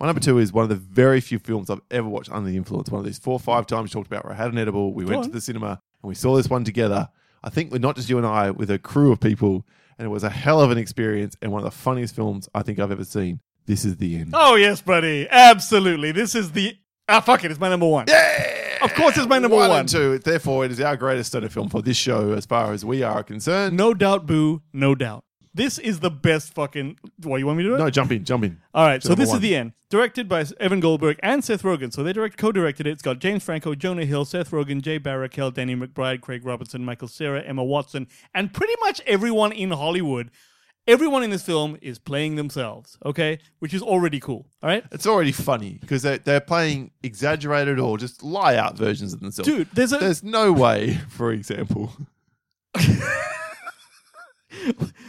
My number two is one of the very few films I've ever watched under the influence. One of these four or five times we talked about where I had an edible, we went to on. the cinema, and we saw this one together. I think with not just you and I, with a crew of people, and it was a hell of an experience and one of the funniest films I think I've ever seen. This is the end. Oh yes, buddy. Absolutely. This is the ah fuck it. It's my number one. Of course, it's my number one, one. and two. Therefore, it is our greatest stunner film for this show, as far as we are concerned. No doubt, boo. No doubt. This is the best fucking. What you want me to do? it? no, jump in, jump in. All right, To so number this one. is the end. Directed by Evan Goldberg and Seth Rogen. So they direct, co-directed it. It's got James Franco, Jonah Hill, Seth Rogen, Jay Baruchel, Danny McBride, Craig Robinson, Michael Cera, Emma Watson, and pretty much everyone in Hollywood. Everyone in this film is playing themselves. Okay, which is already cool. All right, It's already funny because they're, they're playing exaggerated or just lie out versions of themselves. dude. There's a There's no way, [laughs] for example.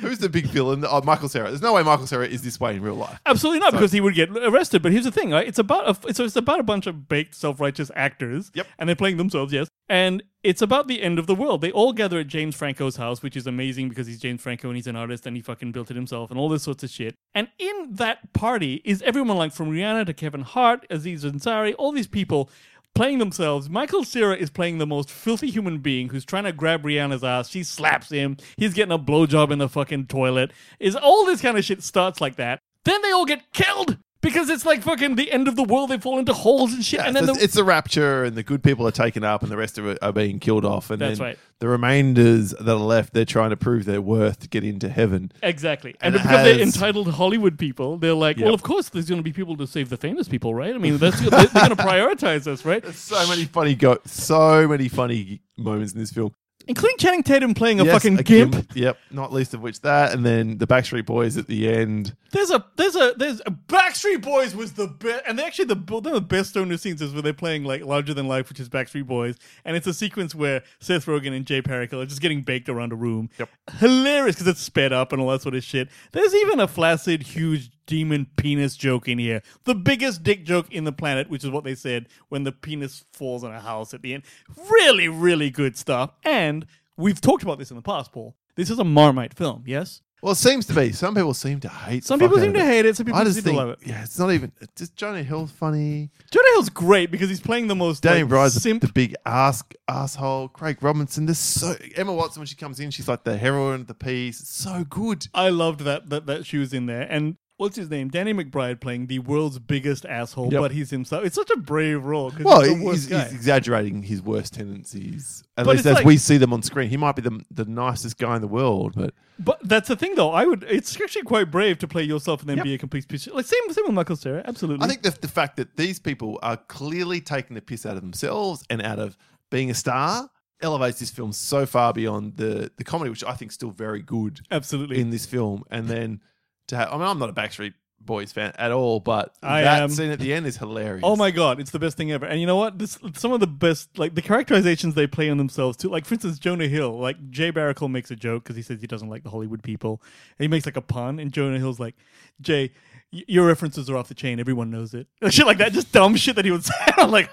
Who's the big villain? Oh, Michael Sarah. There's no way Michael Sarah is this way in real life. Absolutely not, because he would get arrested. But here's the thing: right? it's about a it's, it's about a bunch of baked, self-righteous actors. Yep. and they're playing themselves. Yes, and it's about the end of the world. They all gather at James Franco's house, which is amazing because he's James Franco and he's an artist and he fucking built it himself and all this sorts of shit. And in that party is everyone like from Rihanna to Kevin Hart, Aziz Ansari, all these people. Playing themselves, Michael Cera is playing the most filthy human being who's trying to grab Rihanna's ass. She slaps him. He's getting a blowjob in the fucking toilet. Is all this kind of shit starts like that. Then they all get killed Because it's like fucking the end of the world. They fall into holes and shit. Yeah, and then so the, it's, it's the rapture, and the good people are taken up, and the rest of it are being killed off. And That's then right. the remainders that are left, they're trying to prove their worth to get into heaven. Exactly. And And, it because they're has- entitled Hollywood people, they're like, Yep. well, of course, there's going to be people to save the famous people, right? I mean, that's, they're going to prioritize us, right? So many funny go, so many funny moments in this film. Including Channing Tatum playing a Yes, fucking gimp. Yep, not least of which that, and then the Backstreet Boys at the end. There's a, there's a, there's a, Backstreet Boys was the best, and they're actually the, one of the best owner scenes is where they're playing like Larger Than Life, which is Backstreet Boys. And it's a sequence where Seth Rogen and Jay Pericle are just getting baked around a room. Yep. Hilarious because it's sped up and all that sort of shit. There's even a flaccid, huge demon penis joke in here. The biggest dick joke in the planet, which is what they said when the penis falls on a house at the end. Really, really good stuff. And we've talked about this in the past, Paul. This is a Marmite film, yes? Well, it seems to be. Some people seem to hate. the Some people fuck out seem of to hate it, some people I just seem to think, love it. Yeah, it's not even. It's just Johnny Hill's funny. Jonah Hill's great because he's playing the most Danny like, Bryce, the, simp. the big ass asshole. Craig Robinson. This so Emma Watson when she comes in, she's like the heroine of the piece. It's so good. I loved that, that that she was in there. And what's his name? Danny McBride playing the world's biggest asshole, Yep. but he's himself. It's such a brave role. 'cause Well, he's he's, the worst he's, guy. exaggerating his worst tendencies. At But least it's as like- we see them on screen, he might be the, the nicest guy in the world, but But that's the thing, though. I would. It's actually quite brave to play yourself and then be a complete piece. of- Like same, same with Michael Cera. Absolutely. I think the, the fact that these people are clearly taking the piss out of themselves and out of being a star elevates this film so far beyond the, the comedy, which I think is still very good absolutely. in this film. And then to have, I mean, I'm not a Backstreet Boys fan at all, but I that am. scene at the end is hilarious. Oh my god, it's the best thing ever. And you know what? This some of the best like the characterizations they play on themselves too. Like for instance, Jonah Hill. Like Jay Baracle makes a joke because he says he doesn't like the Hollywood people, and he makes like a pun, and Jonah Hill's like, Jay. y- Your references are off the chain. Everyone knows it. [laughs] Shit like that, just dumb shit that he would [laughs] say. I'm like,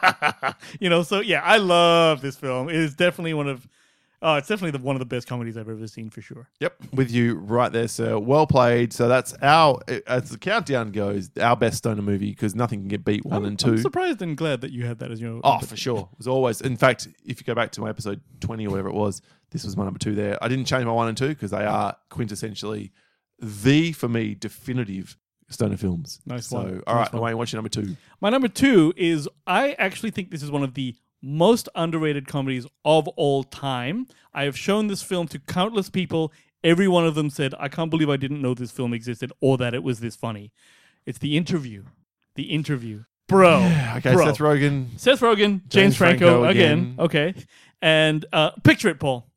you know. So yeah, I love this film. It is definitely one of, oh, it's definitely the, one of the best comedies I've ever seen for sure. Yep, with you right there, sir. Well played. So that's our, as the countdown goes, our best stoner movie because nothing can get beat one and 2 I'm surprised and glad that you had that as your. Oh, for sure. It was always. In fact, if you go back to my episode 20 or whatever it was, this was my number two there. I didn't change my one and two because they are quintessentially the, for me, definitive stoner films. Nice so, one. all Nice right, Wayne, what's your number two? My number two is I actually think this is one of the most underrated comedies of all time. I have shown this film to countless people. Every one of them said, I can't believe I didn't know this film existed or that it was this funny. It's The Interview. The Interview. Bro. Okay, bro. Seth Rogen. Seth Rogen, James, James Franco, Franco again. again. Okay. And uh, picture it, Paul.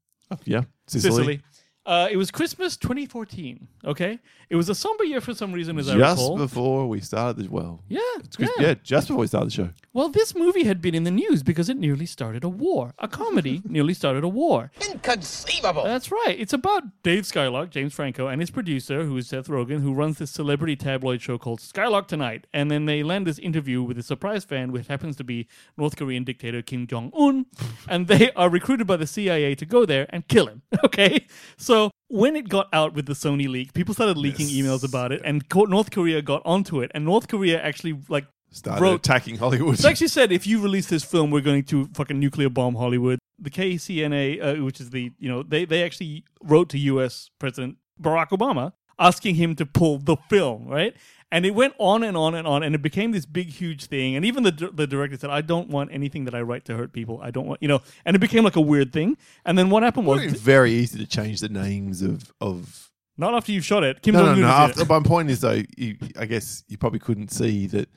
Yeah, Sicily. Oh, Sicily. Uh, it was Christmas 2014. Okay. It was a somber year for some reason, as I Just recall. before we started the well. yeah, It's Chris- yeah. yeah. just before we started the show. Well, this movie had been in the news because it nearly started a war. A comedy nearly started a war. Inconceivable! That's right. It's about Dave Skylark, James Franco, and his producer, who is Seth Rogen, who runs this celebrity tabloid show called Skylark Tonight. And then they land this interview with a surprise fan, which happens to be North Korean dictator Kim Jong Un. and they are recruited by the CIA to go there and kill him. [laughs] Okay? So when it got out with the Sony leak, people started leaking emails about it, and Co- North Korea got onto it. And North Korea actually, like, Started Wrote- attacking Hollywood. it's actually said if you release this film, we're going to fucking nuclear bomb Hollywood. The KCNA, uh, which is the you know they they actually wrote to U.S. President Barack Obama asking him to pull the film, right? And it went on and on and on, and it became this big, huge thing. And even the dir- the director said, "I don't want anything that I write to hurt people. I don't want you know." And it became like a weird thing. And then what happened was It's [laughs] very easy to change the names of, of not after you've shot it. Kim Jong No, no, Un no. did After, it. my point is though, you, I guess you probably couldn't see that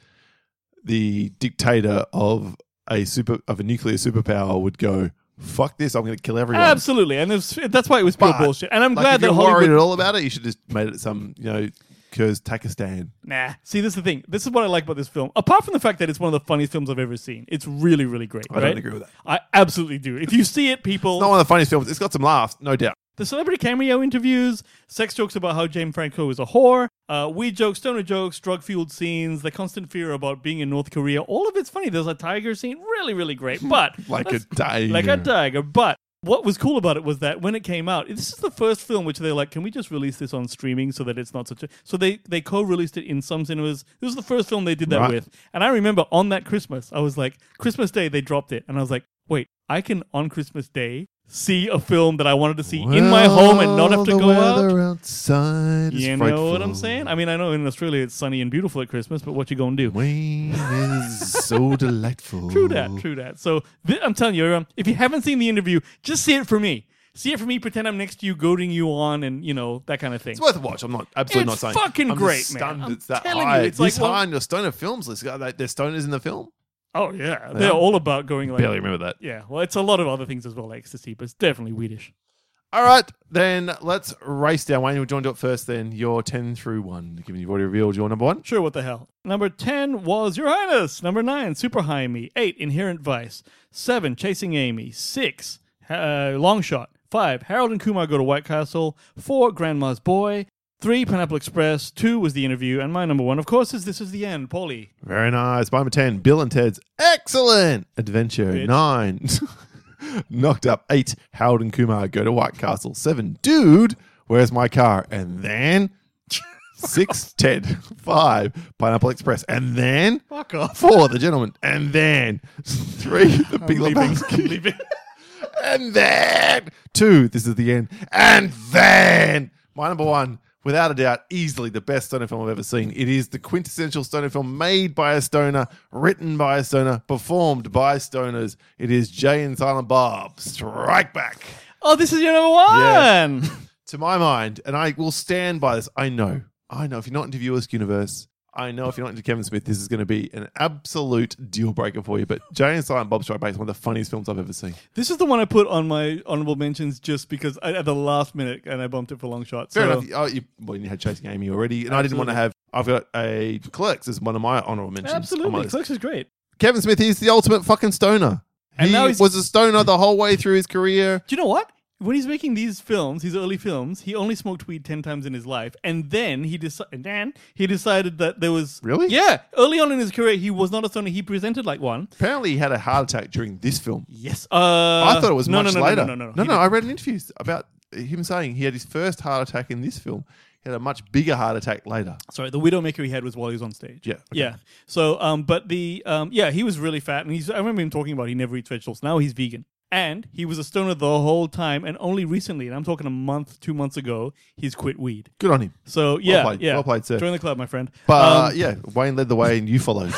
the dictator of a super of a nuclear superpower would go, "Fuck this! I'm going to kill everyone." absolutely, and it was, that's why it was pure But, bullshit. And I'm Like, glad if you're that worried Hollywood at all about it, you should just made it some you know Kyrgyzstan. Nah. See, this is the thing. This is what I like about this film. Apart from the fact that it's one of the funniest films I've ever seen, it's really, really great. I don't right? agree with that. I absolutely do. If you see it, people, Not one of the funniest films. It's got some laughs, no doubt. the celebrity cameo interviews, sex jokes about how James Franco is a whore, uh, weed jokes, stoner jokes, drug fueled scenes, the constant fear about being in North Korea. All of it's funny. There's a tiger scene, really, really great. [laughs] But Like a let's- day. like a tiger. But what was cool about it was that when it came out, this is the first film which they're like, can we just release this on streaming so that it's not such a. So they, they co released it in some cinemas. This was the first film they did that Right. with. And I remember on that Christmas, I was like, Christmas Day, they dropped it. And I was like, wait, I can on Christmas Day see a film that I wanted to see in my home and not have to Well, go the out. weather outside is You know frightful. what I'm saying? I mean, I know in Australia it's sunny and beautiful at Christmas, but what you gonna do? Wayne is so [laughs] delightful. True that, true that. So th- I'm telling you, everyone, if you haven't seen the interview, just see it for me. See it for me. Pretend I'm next to you, goading you on, and you know that kind of thing. It's worth a watch. I'm not absolutely It's not saying fucking I'm just great, man. stunned I'm It's that telling you, high. it's this like high one- on your Stoner Films list. God, like, there's stoners in the film. Oh yeah, they're all about going like. Barely remember that. Yeah, well, it's a lot of other things as well, like ecstasy, but it's definitely weedish. All right, then let's race down. Wayne, do you want to do it first? Then your ten through one, given you've already revealed your number one. Sure, what the hell. Number 10 was Your Highness. Number 9, Super High Me. 8, Inherent Vice. 7, Chasing Amy. 6, uh, Long Shot. 5, Harold and Kumar Go to White Castle. 4, Grandma's Boy. 3, Pineapple Express. 2 was the interview. And my number 1, of course, is This Is the End, Paulie. Very nice. My number 10, Bill and Ted's Excellent Adventure. Bitch. Nine, [laughs] Knocked Up. Eight, Howard and Kumar Go to White Castle. Seven, Dude, Where's My Car? And then [laughs] six, Ted. Five, Pineapple Express. And then Fuck off. four, The Gentleman. And then three, [laughs] The Big Lebowski. And then two, This Is the End. And then my number one. Without a doubt, easily the best stoner film I've ever seen. It is the quintessential stoner film made by a stoner, written by a stoner, performed by stoners. It is Jay and Silent Bob Strike Back. Oh, this is your number 1. [laughs] Yes. To my mind, and I will stand by this, I know. I know if you're not into Viewers Universe, I know if you're not into Kevin Smith, this is going to be an absolute deal breaker for you. But Jay and Silent Bob Strike Back is one of the funniest films I've ever seen. This is the one I put on my honorable mentions just because I, at the last minute and I bumped it for long shot. So Fair enough. Oh, you, well, you had Chasing Amy already, and I didn't want to have. I've got a Clerks as one of my honorable mentions. on my Absolutely. list. Clerks is great. Kevin Smith is the ultimate fucking stoner. And he now he's- was a stoner the whole way through his career. Do you know what? When he's making these films, his early films, he only smoked weed ten times in his life, and then he decided. Then he decided that there was Really? yeah. Early on in his career, he was not a stoner. He presented like one. Apparently, he had a heart attack during this film. Yes. Uh, I I thought it was no, much no, no, later. No, no, no, no, He no, I read an interview about him saying he had his first heart attack in this film. He had a much bigger heart attack later. did- Sorry, the Widowmaker he had was while he was on stage. Yeah, okay. Yeah. So, um, but the um, yeah, he was really fat, and he's. I remember him talking about he never eats vegetables. Now he's vegan, and he was a stoner the whole time, and only recently, and I'm talking a month, two months ago, he's quit weed. Good on him. So yeah, played. yeah. Well played, sir. Join the club, my friend. But Um, uh, yeah, Wayne led the way and [laughs] you followed.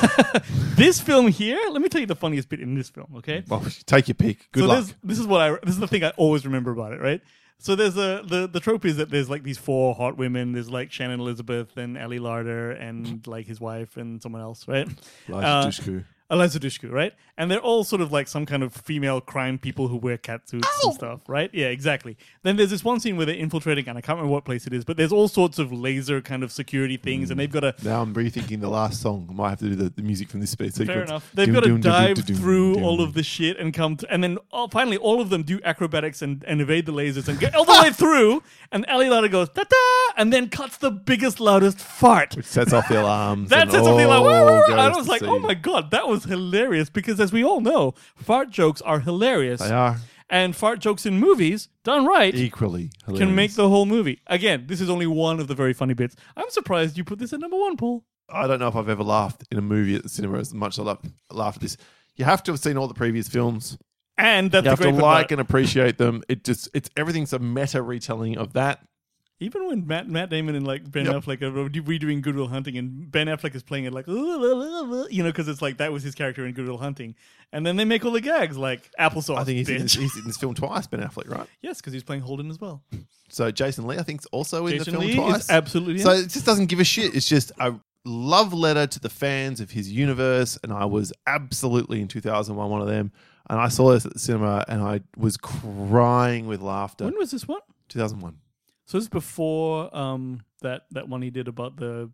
this film here, let me tell you the funniest bit in this film, okay? well, take your pick. Good so luck. This, this is what I this is the thing I always remember about it, right? So there's a the the trope is that there's like these four hot women. There's like Shannon Elizabeth and Ellie Larder and like his wife and someone else, right? Uh, Eliza Dushku. Eliza Dushku, right? And they're all sort of like some kind of female crime people who wear cat suits and stuff, right? Yeah, exactly. Then there's this one scene where they're infiltrating, and I can't remember what place it is, but there's all sorts of laser kind of security things, Mm. and they've got to Now I'm rethinking the last song. I might have to do the, the music from this space sequence. Fair enough. They've Dum, got to dum, dum, dum, dive dum, dum, through dum. all of the shit and come, to, and then oh, finally all of them do acrobatics and, and evade the lasers and get all [laughs] the way through. And Ali Lauder goes ta ta, and then cuts the biggest, loudest fart. Sets off the [laughs] alarms. That's and it. Something like, all "Wah, wah, wah." goes I to was like, seed. oh my god, that was hilarious. Because as we all know, fart jokes are hilarious. They are And fart jokes in movies done right equally hilarious. can make the whole movie. Again, this is only one of the very funny bits. I'm surprised you put this at number one, Paul. I don't know if I've ever laughed in a movie at the cinema as much as I laugh, laugh at this. You have to have seen all the previous films. And that's the You have great to bit about like it. and appreciate them. It just it's everything's a meta retelling of that. Even when Matt Matt Damon and like Ben Yep. Affleck are redoing Good Will Hunting, and Ben Affleck is playing it like [laughs] "Ooh, la, la, la," you know because it's like that was his character in Good Will Hunting, and then they make all the gags like applesauce. I think he's in, this, bitch. he's in this film twice, Ben Affleck, right? [laughs] yes, because he's playing Holden as well. So Jason Lee, I think, is also in Jason the film Lee is twice. absolutely in So it. it just doesn't give a shit. It's just a love letter to the fans of his universe, and I was absolutely in 2001 one of them. And I saw this at the cinema, and I was crying with laughter. When was this one? 2001. So this is before um that that one he did about the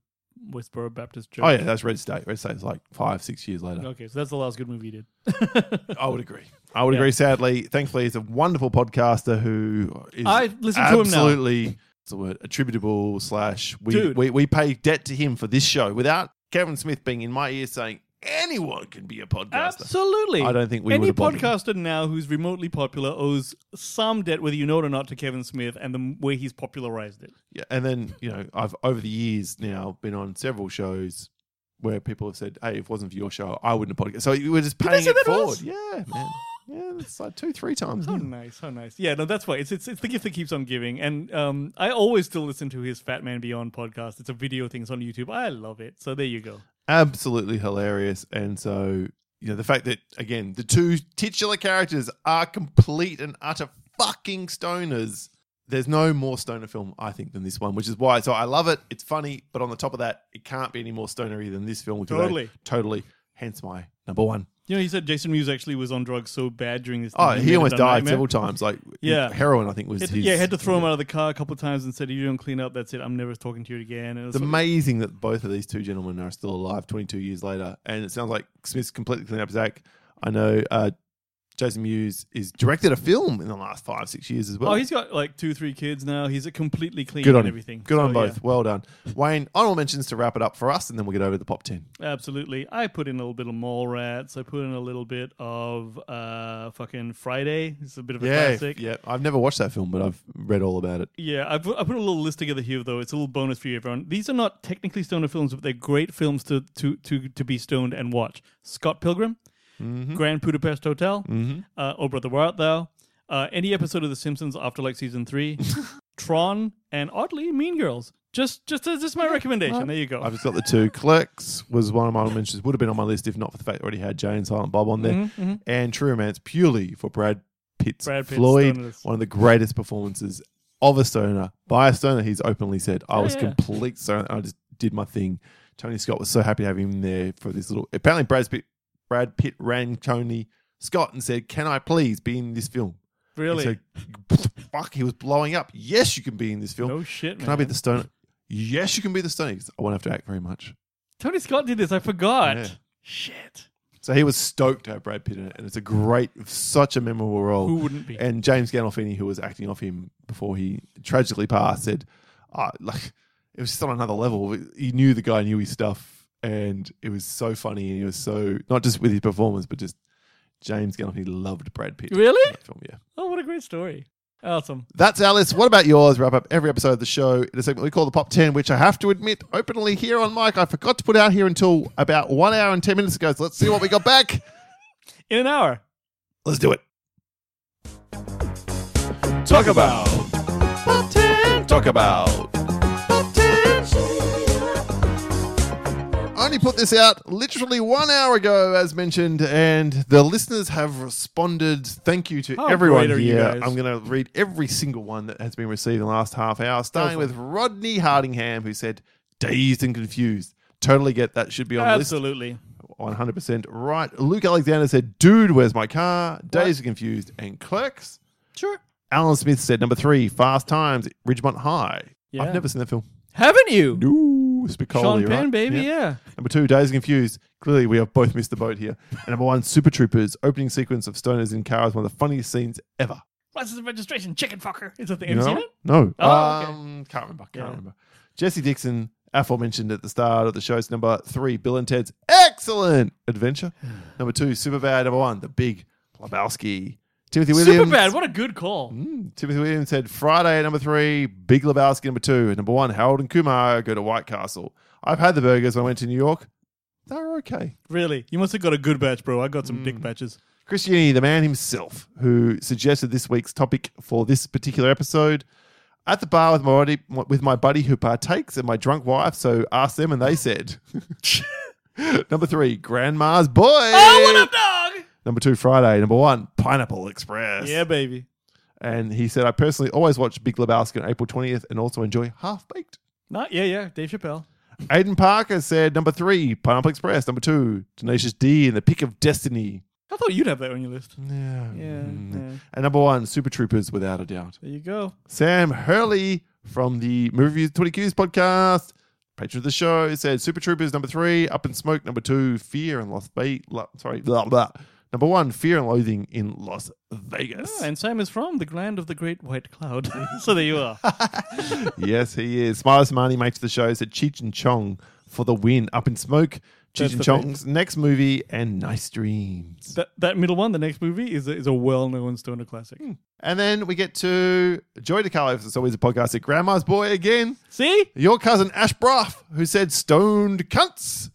Westboro Baptist Church. Oh yeah, that's Red State. Red State's like five, six years later. Okay, so that's the last good movie he did. I would agree. I would Yeah. agree. Sadly, thankfully, he's a wonderful podcaster who is I listen to him now. absolutely what's the word attributable slash we, Dude. we we pay debt to him for this show. Without Kevin Smith being in my ear saying anyone can be a podcaster. Absolutely. I don't think we Any would've bothered. podcaster now who's remotely popular owes some debt, whether you know it or not, to Kevin Smith and the way he's popularized it. Yeah, and then you know I've over the years now been on several shows where people have said, "Hey, if it wasn't for your show, I wouldn't have podcast." So we're just they paying say it that to forward. us? Yeah, man. Yeah, it's like two, three times. How now. nice, how nice. Yeah, no, that's why it's it's, it's the gift that keeps on giving. And um, I always still listen to his Fat Man Beyond podcast. It's a video thing. It's on YouTube. I love it. So there you go. absolutely hilarious. And so, you know, the fact that again, the two titular characters are complete and utter fucking stoners. There's no more stoner film, I think, than this one, which is why. So I love it. It's funny, but on the top of that, it can't be any more stonery than this film. which is a- Totally. totally. Hence my number one. You know, he said Jason Mewes actually was on drugs so bad during this. Oh, thing, he made almost it a died nightmare. several times. Like Yeah. heroin, I think was Had to- his. yeah, had to throw him out of the car a couple times and said, "You don't clean up. That's it. I'm never talking to you again." And it was It's sort of- amazing that both of these two gentlemen are still alive 22 years later. And it sounds like Smith's completely cleaned up his act. I know uh, Jason Mewes is directed a film in the last five, six years as well. oh, he's got like two, three kids now. He's completely clean Good on and him. everything. Good on So, both. Well done. Wayne, honorable mentions to wrap it up for us, and then we'll get over to the pop 10. yeah, absolutely. I put in a little bit of Mallrats. I put in a little bit of uh, fucking Friday. It's a bit of a classic. Yeah. I've never watched that film, but I've read all about it. Yeah, I put, I put a little list together here, though. It's a little bonus for you, everyone. These are not technically stoner films, but they're great films to to to, to be stoned and watch. Scott Pilgrim, Mm-hmm. Grand Budapest Hotel, uh, Oh Brother Where Art Thou, uh, any episode of The Simpsons after like season three, Tron, and oddly Mean Girls. Just just uh, just my recommendation. There you go. I've just got the two. Clerks was one of my honorable mentions. Would have been on my list if not for the fact I already had Jane Silent Bob on there. And True Romance purely for Brad Pitt's Mm-hmm, Brad Pitt's Floyd, stoners. one of the greatest performances of a stoner by a stoner. He's openly said, "I was Oh, yeah. complete stoner. I just did my thing." Tony Scott was so happy to have him there for this little. Apparently, Brad Pitt, Brad Pitt ran Tony Scott and said, "Can I please be in this film?" And really? So, [laughs] fuck, he was blowing up. Yes, you can be in this film. No shit, "Oh, Can I be man. the stoner? Yes, you can be the stoner. He goes, I won't have to act very much. Tony Scott did this. I forgot. Yeah. Shit. So he was stoked to have Brad Pitt in it, and it's a great, such a memorable role. Who wouldn't be? And James Gandolfini, who was acting off him before he tragically passed, said, "Ah, like it was just on another level. He knew the guy, knew his stuff, and it was so funny. And he was so not just with his performance, but just James Gandolfini loved Brad Pitt. in Really? that film, yeah. Oh, what a great story. Awesome. That's our list. What about yours? Wrap up every episode of the show in a segment we call the Pop 10, which I have to admit openly here on mic, I forgot to put out here until about one hour and 10 minutes ago. So let's see what we got back. In an hour. Let's do it. Talk about Pop 10. Talk about Pop 10. Only put this out literally one hour ago, as mentioned, and the listeners have responded. Thank you to How everyone great are you here. guys? I'm going to read every single one that has been received in the last half hour, starting with Rodney Hardingham, who said, Dazed and confused. Totally get that. Should be on the list. Absolutely. 100% right. Luke Alexander said, Dude, where's my car? Days are confused. And clerks. Sure. Alan Smith said, Number three, Fast Times, at Ridgemont High. Yeah. I've never seen that film. Haven't you? No, Spicoli, Sean right? Penn, baby. yeah. Number two, Days are Confused. Clearly, we have both missed the [laughs] boat here. And number one, Super Troopers. Opening sequence of Stoners in Car is one of the funniest scenes ever. License and registration, chicken fucker. Is that the You MC know? in it? No. Oh, okay. um, Can't remember. Can't Yeah. remember. Jesse Dixon, aforementioned at the start of the show's number three, Bill and Ted's Excellent Adventure. Hmm. number two, Superbad. Number one, The Big Lebowski. Timothy Williams. Super bad. What a good call. Mm, Timothy Williams said Friday at number three, Big Lebowski number two, and number one, Harold and Kumar go to White Castle. I've had the burgers when I went to New York. They're okay. Really? You must have got a good batch, bro. I got some Hmm. dick batches. Christianity, the man himself, who suggested this week's topic for this particular episode. At the bar with my buddy, with my buddy who partakes and my drunk wife, so asked them and they said. [laughs] number three, Grandma's Boy. Oh, dog? number two, Friday. Number one, Pineapple Express. Yeah, baby. And he said, I personally always watch Big Lebowski on April 20th and also enjoy Half Baked. Not yeah, yeah. Dave Chappelle. Aiden Parker said, number three, Pineapple Express. Number two, Tenacious D and the Pick of Destiny. I thought you'd have that on your list. Hmm. Yeah. Yeah, yeah. And number one, Super Troopers, without a doubt. There you go. Sam Hurley from the Movie Reviews 20Qs podcast, patron of the show, said Super Troopers number three, Up in Smoke number two, Fear and Las Vegas. Sorry, blah, blah. Number one, Fear and Loathing in Las Vegas. Oh, and Sam is from the land of the great white cloud. [laughs] so there you [laughs] are. [laughs] yes, he is. Smiley Samani makes the show, said Cheech and Chong for the win. Up in Smoke, Cheech That's and the Chong's next movie, and Nice Dreams. that, that middle one, the next movie, is a, is a well known stoner classic. And then we get to Joy DiCarlo. It's always a podcast at Grandma's Boy again. See? Your cousin [laughs] Ash Braff, who said stoned cunts.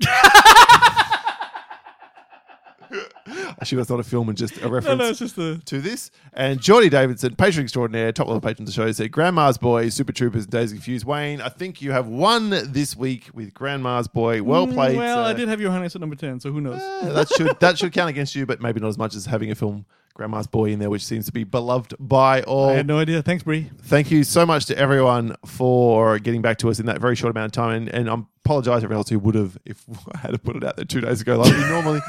Actually, that's not a film and just a No, reference no, it's just a. to this. And Geordie Davidson, patron extraordinaire, top level patron of the show, said Grandma's Boy, Super Troopers, and Days Confused. Wayne, I think you have won this week with Grandma's Boy. Well played. Mm, Hmm, Well, I sir. Eh. did have your highness at number ten, so who knows? Yeah, that [laughs] should that should count against you, but maybe not as much as having a film Grandma's Boy in there, which seems to be beloved by all. I had no idea. Thanks, Bree. Thank you so much to everyone for getting back to us in that very short amount of time, and, and I apologise to everyone else who would have if [laughs] I had to put it out there two days ago, [laughs] like we normally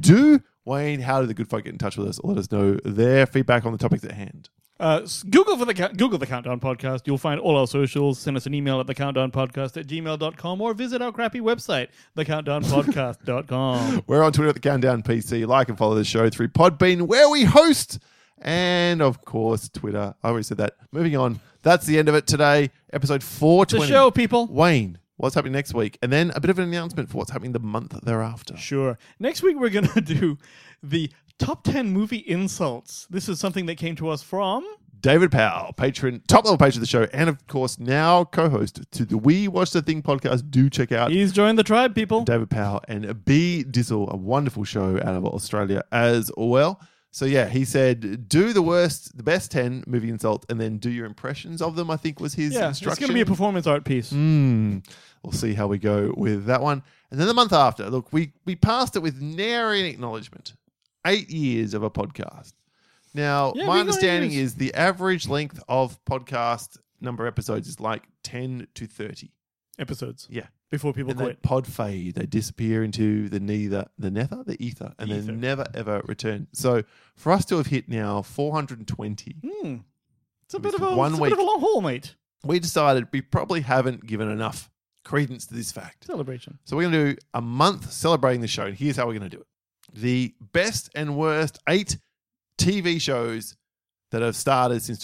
do. Wayne, how did the good folk get in touch with us? Let us know their feedback on the topics at hand. Uh, s- Google for the ca- Google the Countdown Podcast. You'll find all our socials. Send us an email at thecountdownpodcast at gmail.com or visit our crappy website, [laughs] thecountdownpodcast.com. We're on Twitter at the Countdown PC. Like and follow the show through Podbean, where we host, and of course Twitter. I already said that. Moving on. That's the end of it today. Episode four the twenty. show, people. Wayne, what's happening next week, and then a bit of an announcement for what's happening the month thereafter. Sure. Next week we're gonna [laughs] do the top ten movie insults. This is something that came to us from David Powell, patron, top level patron of the show, and of course now co-host to the We Watch the Thing podcast. Do check out He's joined the tribe, people. David Powell and B Dizzle, a wonderful show out of Australia as well. So yeah, he said do the worst, the best ten movie insults, and then do your impressions of them. I think was his Yeah, it's instruction. gonna be a performance art piece. Hmm. We'll see how we go with that one. And then the month after, look, we we passed it with nary an acknowledgement. Eight years of a podcast. Now, Yeah, we my got understanding years. is the average length of podcast number episodes is like ten to thirty. Episodes. Yeah. Before people And they quit. pod fade. They disappear into the neither, the nether, the ether, and Ether. then never ever return. So for us to have hit now 420, Hmm. It's a It was bit of a, one it's a bit week. of a long haul, mate. we decided we probably haven't given enough credence to this fact. Celebration. So we're going to do a month celebrating the show, and here's how we're going to do it: the best and worst eight TV shows that have started since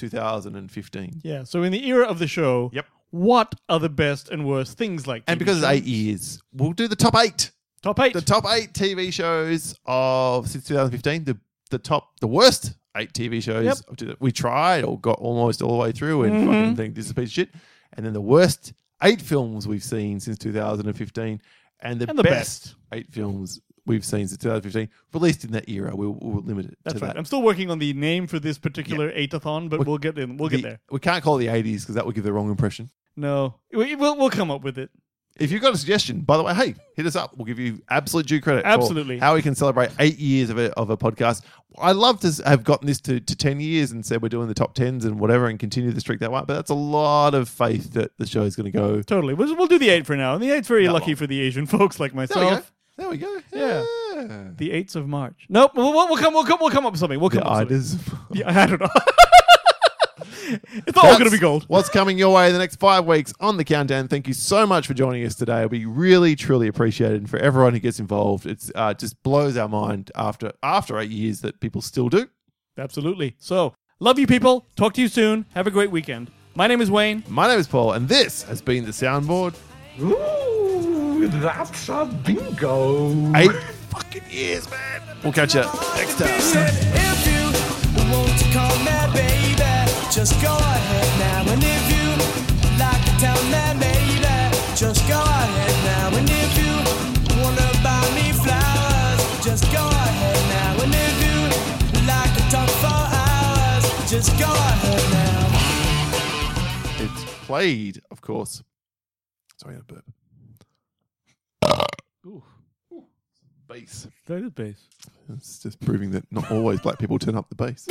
2015. Yeah. So in the era of the show, Yep. what are the best and worst things like And TV because it's shows? eight years, we'll do the top eight, top eight. the top eight TV shows of since 2015. The the top, the worst eight TV shows Yep. Mm-hmm. of two- we tried or got almost all the way through, and fucking think this is a piece of shit. And then the worst eight films we've seen since 2015, and the, And the best. best. eight films we've seen since 2015 released in that era. We'll, we'll limit it. That's to right. That. I'm still working on the name for this particular eightathon, but We- we'll get in. We'll The- get there. We can't call it the 80s because that would give the wrong impression. No, we, we'll we'll come up with it. If you've got a suggestion, by the way, hey, hit us up. We'll give you absolute due credit. for Absolutely. how we can celebrate eight years of a, of a podcast. I love to s- have gotten this to, to 10 years and said we're doing the top 10s and whatever and continue the streak that way. But that's a lot of faith that the show is going to go. Totally. We'll, we'll do the eight for now. And the eight's very That lucky long. for the Asian [laughs] folks like There we go. myself. There we go. Yeah. yeah. The eights of March. Nope. We'll, we'll, we'll come. We'll come. We'll come up with something. We'll come The up with something. idas. Yeah, [laughs] I don't know. [laughs] it's all going to That's be gold. What's coming your way in the next five weeks on the countdown? Thank you so much for joining us today. We really, truly appreciate it. And for everyone who gets involved, it's uh, just blows our mind after after eight years that people still do. Absolutely. So love you, people. Talk to you soon. Have a great weekend. My name is Wayne. My name is Paul, and this has been the soundboard. Ooh, that's a bingo. Eight fucking years, man. We'll catch you next time. If you want to call me baby, just go ahead now. And if you like to tell me maybe, just go ahead now. And if you wanna buy me flowers, just go ahead now. And if you like to talk for hours, just go ahead now. It's played, of course. Sorry, I burp. Bass. That is bass. It's just proving that not always black people turn up the bass.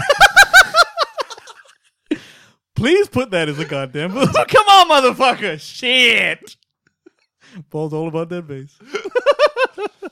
Please put that as a goddamn. [laughs] Come on, motherfucker. Shit. Paul's all about that bass.